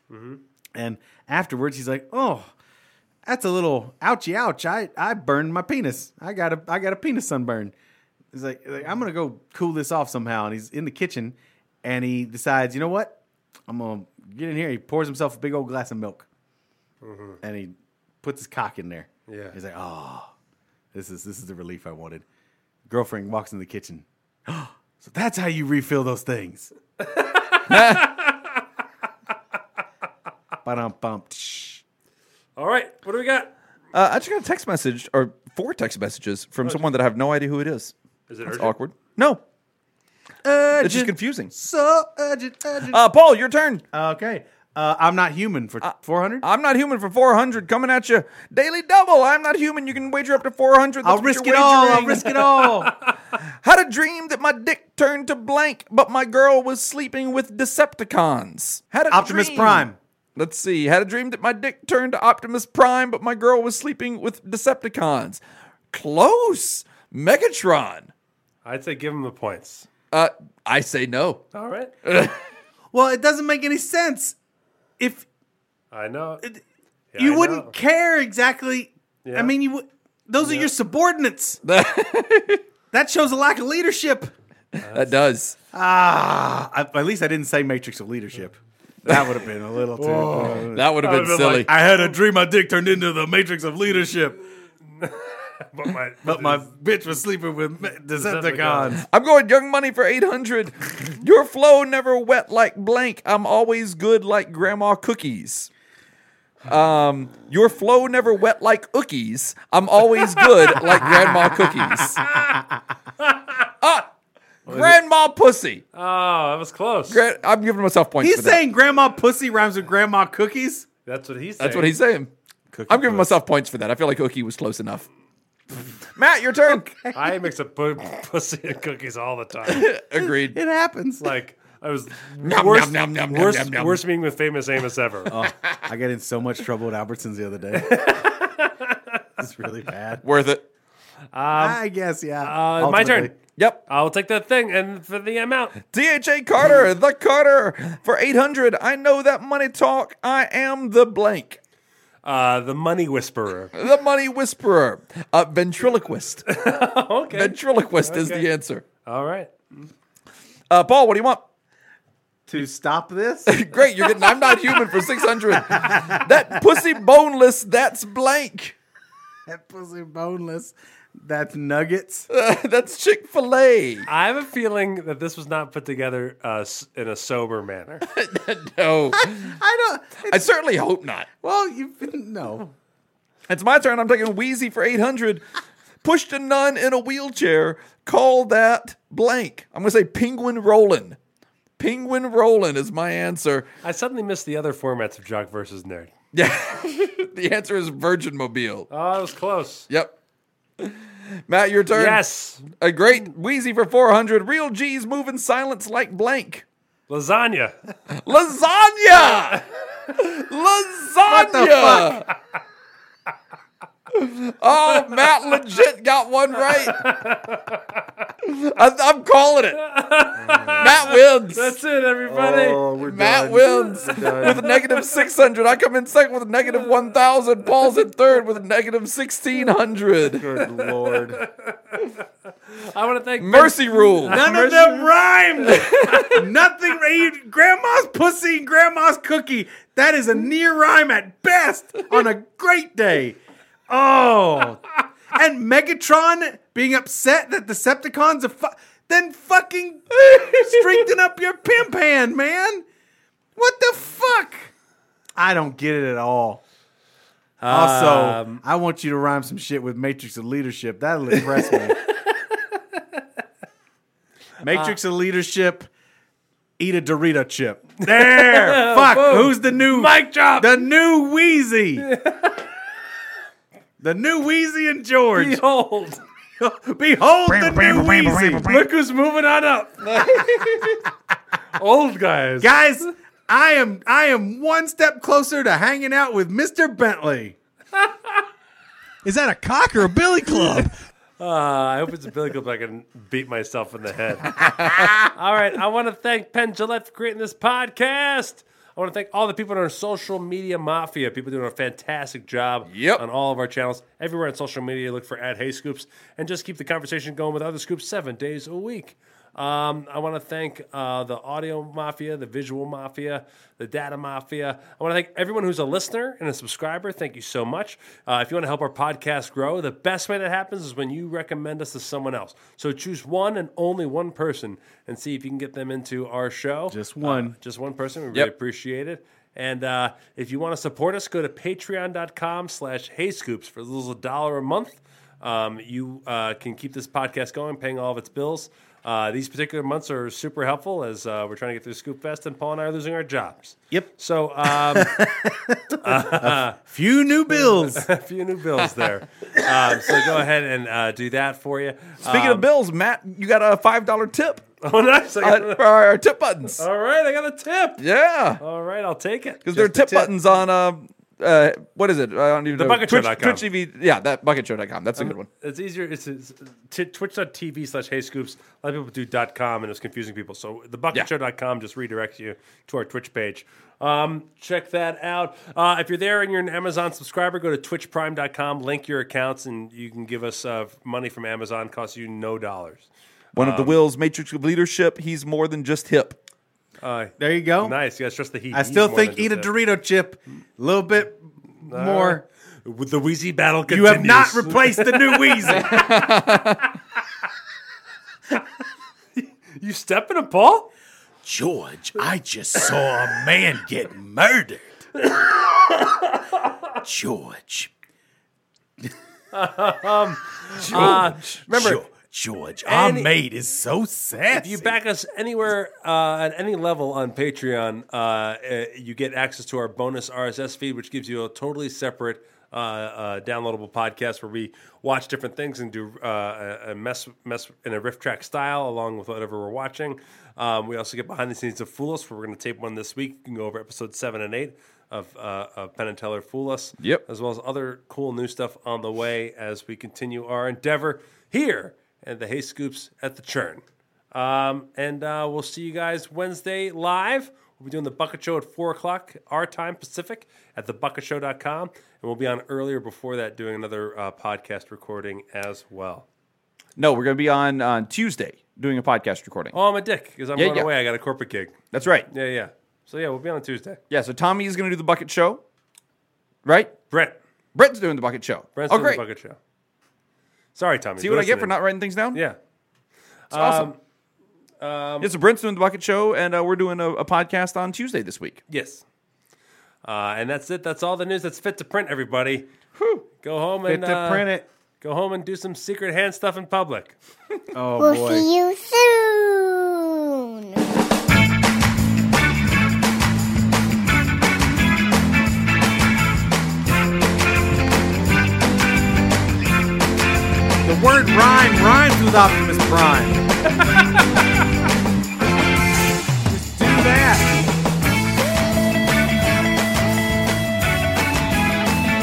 S2: And afterwards, he's like, "Oh, that's a little ouchy ouch. I, I burned my penis. I got a I got a penis sunburn. He's like, like, I'm gonna go cool this off somehow. And he's in the kitchen, and he decides, you know what? I'm gonna get in here. He pours himself a big old glass of milk, and he puts his cock in there.
S1: Yeah.
S2: He's like, oh, this is this is the relief I wanted. Girlfriend walks in the kitchen. <gasps> so that's how you refill those things. <laughs> Ba-dum bump.
S1: All right, what do we got?
S3: Uh, I just got a text message, or four text messages, from someone that I have no idea who it is.
S1: Is it
S3: That's
S1: urgent?
S3: awkward. Oh, No,
S2: Urgent,
S3: it's just confusing.
S2: so urgent, urgent.
S3: Uh, Paul, your turn.
S2: Okay. Uh, I'm not human for 400.
S3: I'm not human for 400 coming at you. Daily double. I'm not human. You can wager up to 400. That's
S2: I'll
S3: what
S2: risk it
S3: you're
S2: all. I'll
S3: wagering.
S2: risk
S3: <laughs>
S2: it all.
S3: Had a dream that my dick turned to blank, but my girl was sleeping with Decepticons. Had a
S2: Optimus
S3: dream-
S2: Prime.
S3: Let's see. Had a dream that my dick turned to Optimus Prime, but my girl was sleeping with Decepticons. Close. Megatron.
S1: I'd say give him the points.
S3: Uh, I say no. <laughs>
S1: All right.
S2: Uh, Well, it doesn't make any sense. If
S1: I know. Yeah,
S2: you
S1: I
S2: wouldn't
S1: know.
S2: care exactly, I
S1: Yeah.
S2: mean, you would. Those are your subordinates. that shows a lack of leadership.
S3: That does.
S2: Ah, I- at least I didn't say matrix of leadership. That would have been a little too.
S3: That would have been
S1: would've been
S3: silly.
S1: like,
S2: I had a dream my dick turned into the matrix of leadership.
S1: but my,
S2: <laughs> But my bitch was sleeping with me- Decepticons.
S3: I'm going Young Money for 800. Your flow never wet like blank. I'm always good like grandma cookies. Um, your flow never wet like ookies. I'm always good like grandma
S2: <laughs>
S3: cookies. Ah, grandma pussy.
S1: Oh, that was close.
S3: Gra- I'm giving myself points.
S2: He's
S3: for that.
S2: saying grandma pussy rhymes with grandma cookies.
S1: That's what he said.
S3: That's what he's saying. I'm giving myself points for that. I feel like Ookie was close enough. Matt, your turn.
S1: I mix up pu- pussy and cookies all the time.
S3: Agreed.
S2: It happens.
S1: Like I was
S3: Nom,
S1: worst,
S3: nom, nom, nom,
S1: worst,
S3: nom, Oh. nom.
S1: worst meeting with famous
S3: <laughs>
S1: Amos ever.
S2: <laughs> I got in so much trouble at Albertsons the
S1: <laughs>
S2: other day. it's really bad.
S3: Worth it.
S2: I guess, yeah.
S1: Um, Uh, my
S2: Ultimately.
S1: turn.
S3: Yep.
S1: I'll take that thing and for the amount.
S3: DHA Carter, the Carter for 800. I know that money talk. I am the blank.
S1: Uh, the money whisperer.
S3: <laughs> The money whisperer. Uh, ventriloquist.
S1: <laughs> okay.
S3: Ventriloquist is the answer.
S1: All right.
S3: Uh, Paul, what do you want?
S2: To
S1: <laughs>
S2: stop this?
S3: Great, you're getting I'm Not Human for 600. That pussy boneless, that's blank. <laughs>
S2: that pussy boneless. That's nuggets.
S3: that's Chick fil A.
S1: I have a feeling that this was not put together uh, s- in a
S3: <laughs>
S1: sober manner.
S3: No,
S2: I don't.
S3: I
S2: It,
S3: certainly hope not.
S2: well, you've been. No.
S3: It's my turn. I'm taking Wheezy for 800. Pushed a nun in a wheelchair. Call that blank. I'm going to say Penguin Rollin. Penguin Rollin is my answer. <laughs>
S1: I suddenly missed the other formats of Jock versus Nerd.
S3: Yeah. the answer is Virgin Mobile.
S1: Oh, it was close.
S3: Yep. Matt, your turn.
S1: Yes.
S3: A great Wheezy for 400. Real G's moving silence like blank.
S1: Lasagna.
S3: <laughs> Lasagna! Lasagna! Oh, Matt legit got one right. I, I'm calling it. Matt wins.
S1: That's it, everybody.
S2: we're
S3: Matt wins with negative 600. I come in second with negative 1,000. Paul's in third with negative 1,600.
S2: Good lord.
S1: I want to thank
S3: Mercy rule.
S2: None of them rhymed. <laughs> Nothing. ra- Grandma's pussy and grandma's cookie. That is a near rhyme at best on a great day. Oh. And Megatron being upset that Decepticons are. Fu- then fucking strengthen up your pimp hand, man. What the fuck? I don't get it at all. Also, I want you to rhyme some shit with Matrix of Leadership. That'll impress me.
S1: Uh,
S2: Matrix of Leadership. Eat a Dorito
S1: <laughs>
S2: chip. There. Fuck. Who's the new
S1: Mic drop.
S2: The new
S1: <laughs>
S2: Wheezy. the new Wheezy and George.
S1: Behold.
S3: <laughs>
S2: Behold the new Wheezy.
S1: Look who's moving on up. <laughs> Old guys.
S2: Guys, I am I am one step closer to hanging out with Mr. Bentley.
S7: <laughs> Is that a cock or a billy club?
S1: Uh, I hope it's a billy club I can beat myself in the head. all right. I want to thank Penn Gillette for creating this podcast. I want to thank all the people in our social media mafia. People doing a fantastic job
S3: Yep.
S1: on all of our channels. Everywhere on social media, look for at Hey Scoops and just keep the conversation going with other scoops seven days a week. Um, I want to thank uh, the audio mafia, the visual mafia, the data mafia. I want to thank everyone who's a listener and a subscriber. Thank you so much. Uh, if you want to help our podcast grow, the best way that happens is when you recommend us to someone else. So choose one and only one person and see if you can get them into our show.
S2: <laughs> Just one.
S1: Uh, just one person. We really
S3: Yep.
S1: appreciate it. And uh, if you want to support us, go to patreon.com slash hayscoops for as little as a dollar a month. Um, you uh, can keep this podcast going, paying all of its bills. Uh, these particular months are super helpful as uh, we're trying to get through Scoop Fest, and Paul and I are losing our jobs.
S2: Yep.
S1: So um, <laughs>
S2: Few new bills.
S1: <laughs> a few new bills there. um, so go ahead and uh, do that for you.
S3: Speaking of bills, Matt, you got a $5 tip
S1: <laughs> oh, nice. I got
S3: uh,
S1: a-
S3: for our tip buttons.
S1: all right, I got a tip.
S3: Yeah.
S1: All right, I'll take it.
S3: Because there are tip, buttons on uh, uh, what is it? I don't even know.
S1: Bucketshow.com.
S3: Twitch, Twitch TV. Yeah, that bucketshow.com. That's a good one.
S1: It's easier. It's, it's t- twitch.tv slash hey scoops. A lot of people do dot .com and it's confusing people. So the bucketshow.com just redirects you to our Twitch page. Um, check that out. Uh, if you're there and you're an Amazon subscriber, go to twitchprime.com, link your accounts, and you can give us uh, money from Amazon. Costs you no dollars.
S3: One
S1: um,
S3: of the Will's Matrix of Leadership. He's more than just hip.
S1: Uh,
S2: There you go.
S1: nice. Yeah, it's just Uh, the heat.
S2: I
S1: He's
S2: still
S1: more
S2: think
S1: than
S2: eat a
S1: just that.
S2: Dorito chip. A little bit more.
S1: The Wheezy battle
S2: You
S1: continues.
S2: have not replaced the new Weezy.
S1: You stepping a Paul?
S2: <laughs> George, I just saw a man get murdered. <coughs> George.
S1: Uh, remember,
S2: George, George our
S1: Any-
S2: maid is so sad.
S1: if you back us anywhere uh, at any level on Patreon, uh, uh, you get access to our bonus RSS feed, which gives you a totally separate uh, uh, downloadable podcast where we watch different things and do uh, a- a mess mess in a riff track style along with whatever we're watching. Um, we also get behind the scenes of Fool Us, where we're going to tape one this week. You can go over episode seven and eight. Of, uh, of Penn and Teller Fool Us,
S3: Yep.
S1: as well as other cool new stuff on the way as we continue our endeavor here at the Hay Scoops at the Churn. Um, and uh, we'll see you guys Wednesday live. We'll be doing the Bucket Show at 4 o'clock, our time, Pacific, at thebucketshow.com. And we'll be on earlier before that doing another uh, podcast recording as well.
S3: No, we're going to be on on Tuesday doing a podcast recording.
S1: Oh, I'm a dick because I'm
S3: Yeah,
S1: going
S3: yeah.
S1: away. I got a corporate gig.
S3: That's right.
S1: Yeah, yeah. So, yeah, we'll be on a Tuesday.
S3: Yeah, so Tommy is going to do the bucket show, right?
S1: Brent.
S3: Brett's doing the bucket show.
S1: Brent's
S3: oh,
S1: doing
S3: great.
S1: the Bucket Show. Sorry, Tommy.
S3: See
S1: you're
S3: what I get for
S1: listening.
S3: not writing things down?
S1: Yeah. um,
S3: It's awesome. yeah, so Brent's doing the bucket show, and uh, we're doing a, a podcast on Tuesday this week.
S1: Yes. Uh, and that's it. That's all the news that's fit to print, everybody. Go home and uh,
S2: it.
S1: go home and do some secret hand stuff in public.
S2: Oh,
S8: We'll
S2: boy.
S8: see you soon.
S2: The word rhyme rhymes with Optimus Prime. Just do that.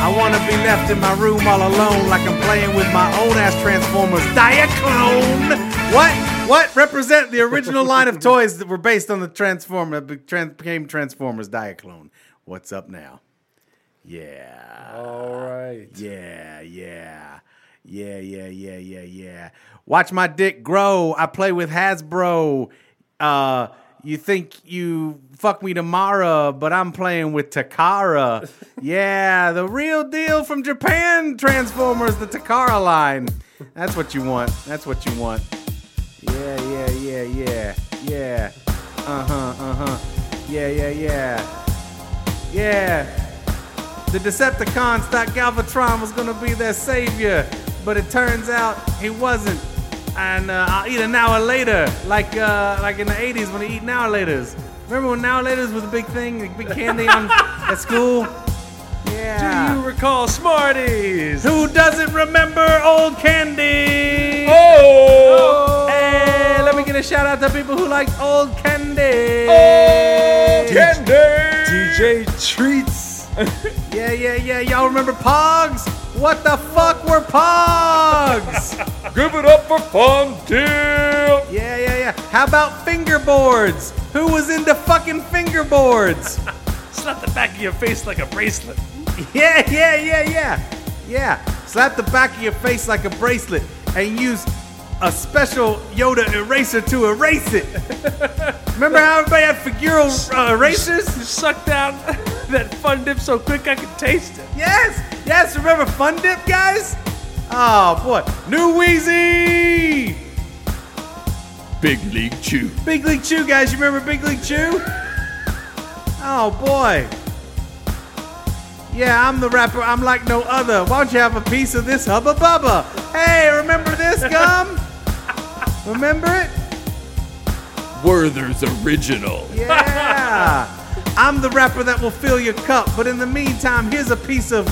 S2: I want to be left in my room all alone like I'm playing with my own ass Transformers. Diaclone! What? What? Represent the original line of toys that were based on the Transformer, be- trans- became Transformers Diaclone. What's up now? Yeah.
S1: All right.
S2: Yeah, yeah. Yeah, yeah, yeah, yeah, yeah. Watch my dick grow. I play with Hasbro. Uh you think you fuck me tomorrow, but I'm playing with Takara. Yeah, the real deal from Japan Transformers, the Takara line. That's what you want. That's what you want. Yeah, yeah, yeah, yeah. Yeah. Uh-huh, uh-huh. Yeah, yeah, yeah. Yeah. The Decepticons thought Galvatron was gonna be their savior, but it turns out he wasn't. And uh, I'll eat an hour later, like uh, like in the '80s when they eat an hour later's. Remember when hour later's was a big thing, the big candy on at school? Yeah.
S1: You recall Smarties.
S2: Who doesn't remember old candy?
S3: Oh!
S2: Hey, let me get a shout out to people who liked old candy.
S1: DJ Treats.
S2: Yeah, yeah, yeah. Y'all remember Pogs? What the fuck were Pogs?
S3: Give it up for Fun Dip!
S2: yeah, yeah, yeah. How about fingerboards? Who was into fucking fingerboards?
S1: <laughs> Slap the back of your face like a bracelet.
S2: yeah, yeah, yeah, yeah. Yeah. Slap the back of your face like a bracelet and use a special Yoda eraser to
S1: <laughs>
S2: erase it. remember how everybody had figural uh, erasers?
S1: You sucked out that fun dip so quick I could taste it.
S2: Yes, yes. Remember Fun Dip, guys? Oh boy, New Wheezy,
S3: Big League Chew.
S2: Big League Chew, guys. You remember Big League Chew? Oh boy. Yeah, I'm the rapper. I'm like no other. Why don't you have a piece of this hubba bubba? Hey,
S3: <laughs>
S2: remember this gum? Remember it?
S3: Werther's Original.
S2: Yeah. I'm the rapper that will fill your cup, but in the meantime, here's a piece of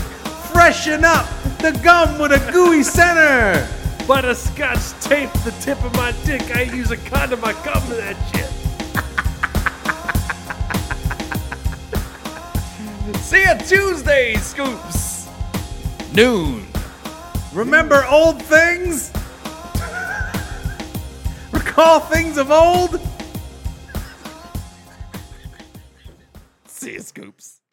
S2: freshen up the gum with a gooey center.
S1: Butterscotch tape the tip of my dick. I use a condom. I come to that shit. <laughs>
S3: See ya Tuesday, Scoops! Noon.
S2: Remember old things? <laughs> Recall things of old?
S3: See ya, Scoops.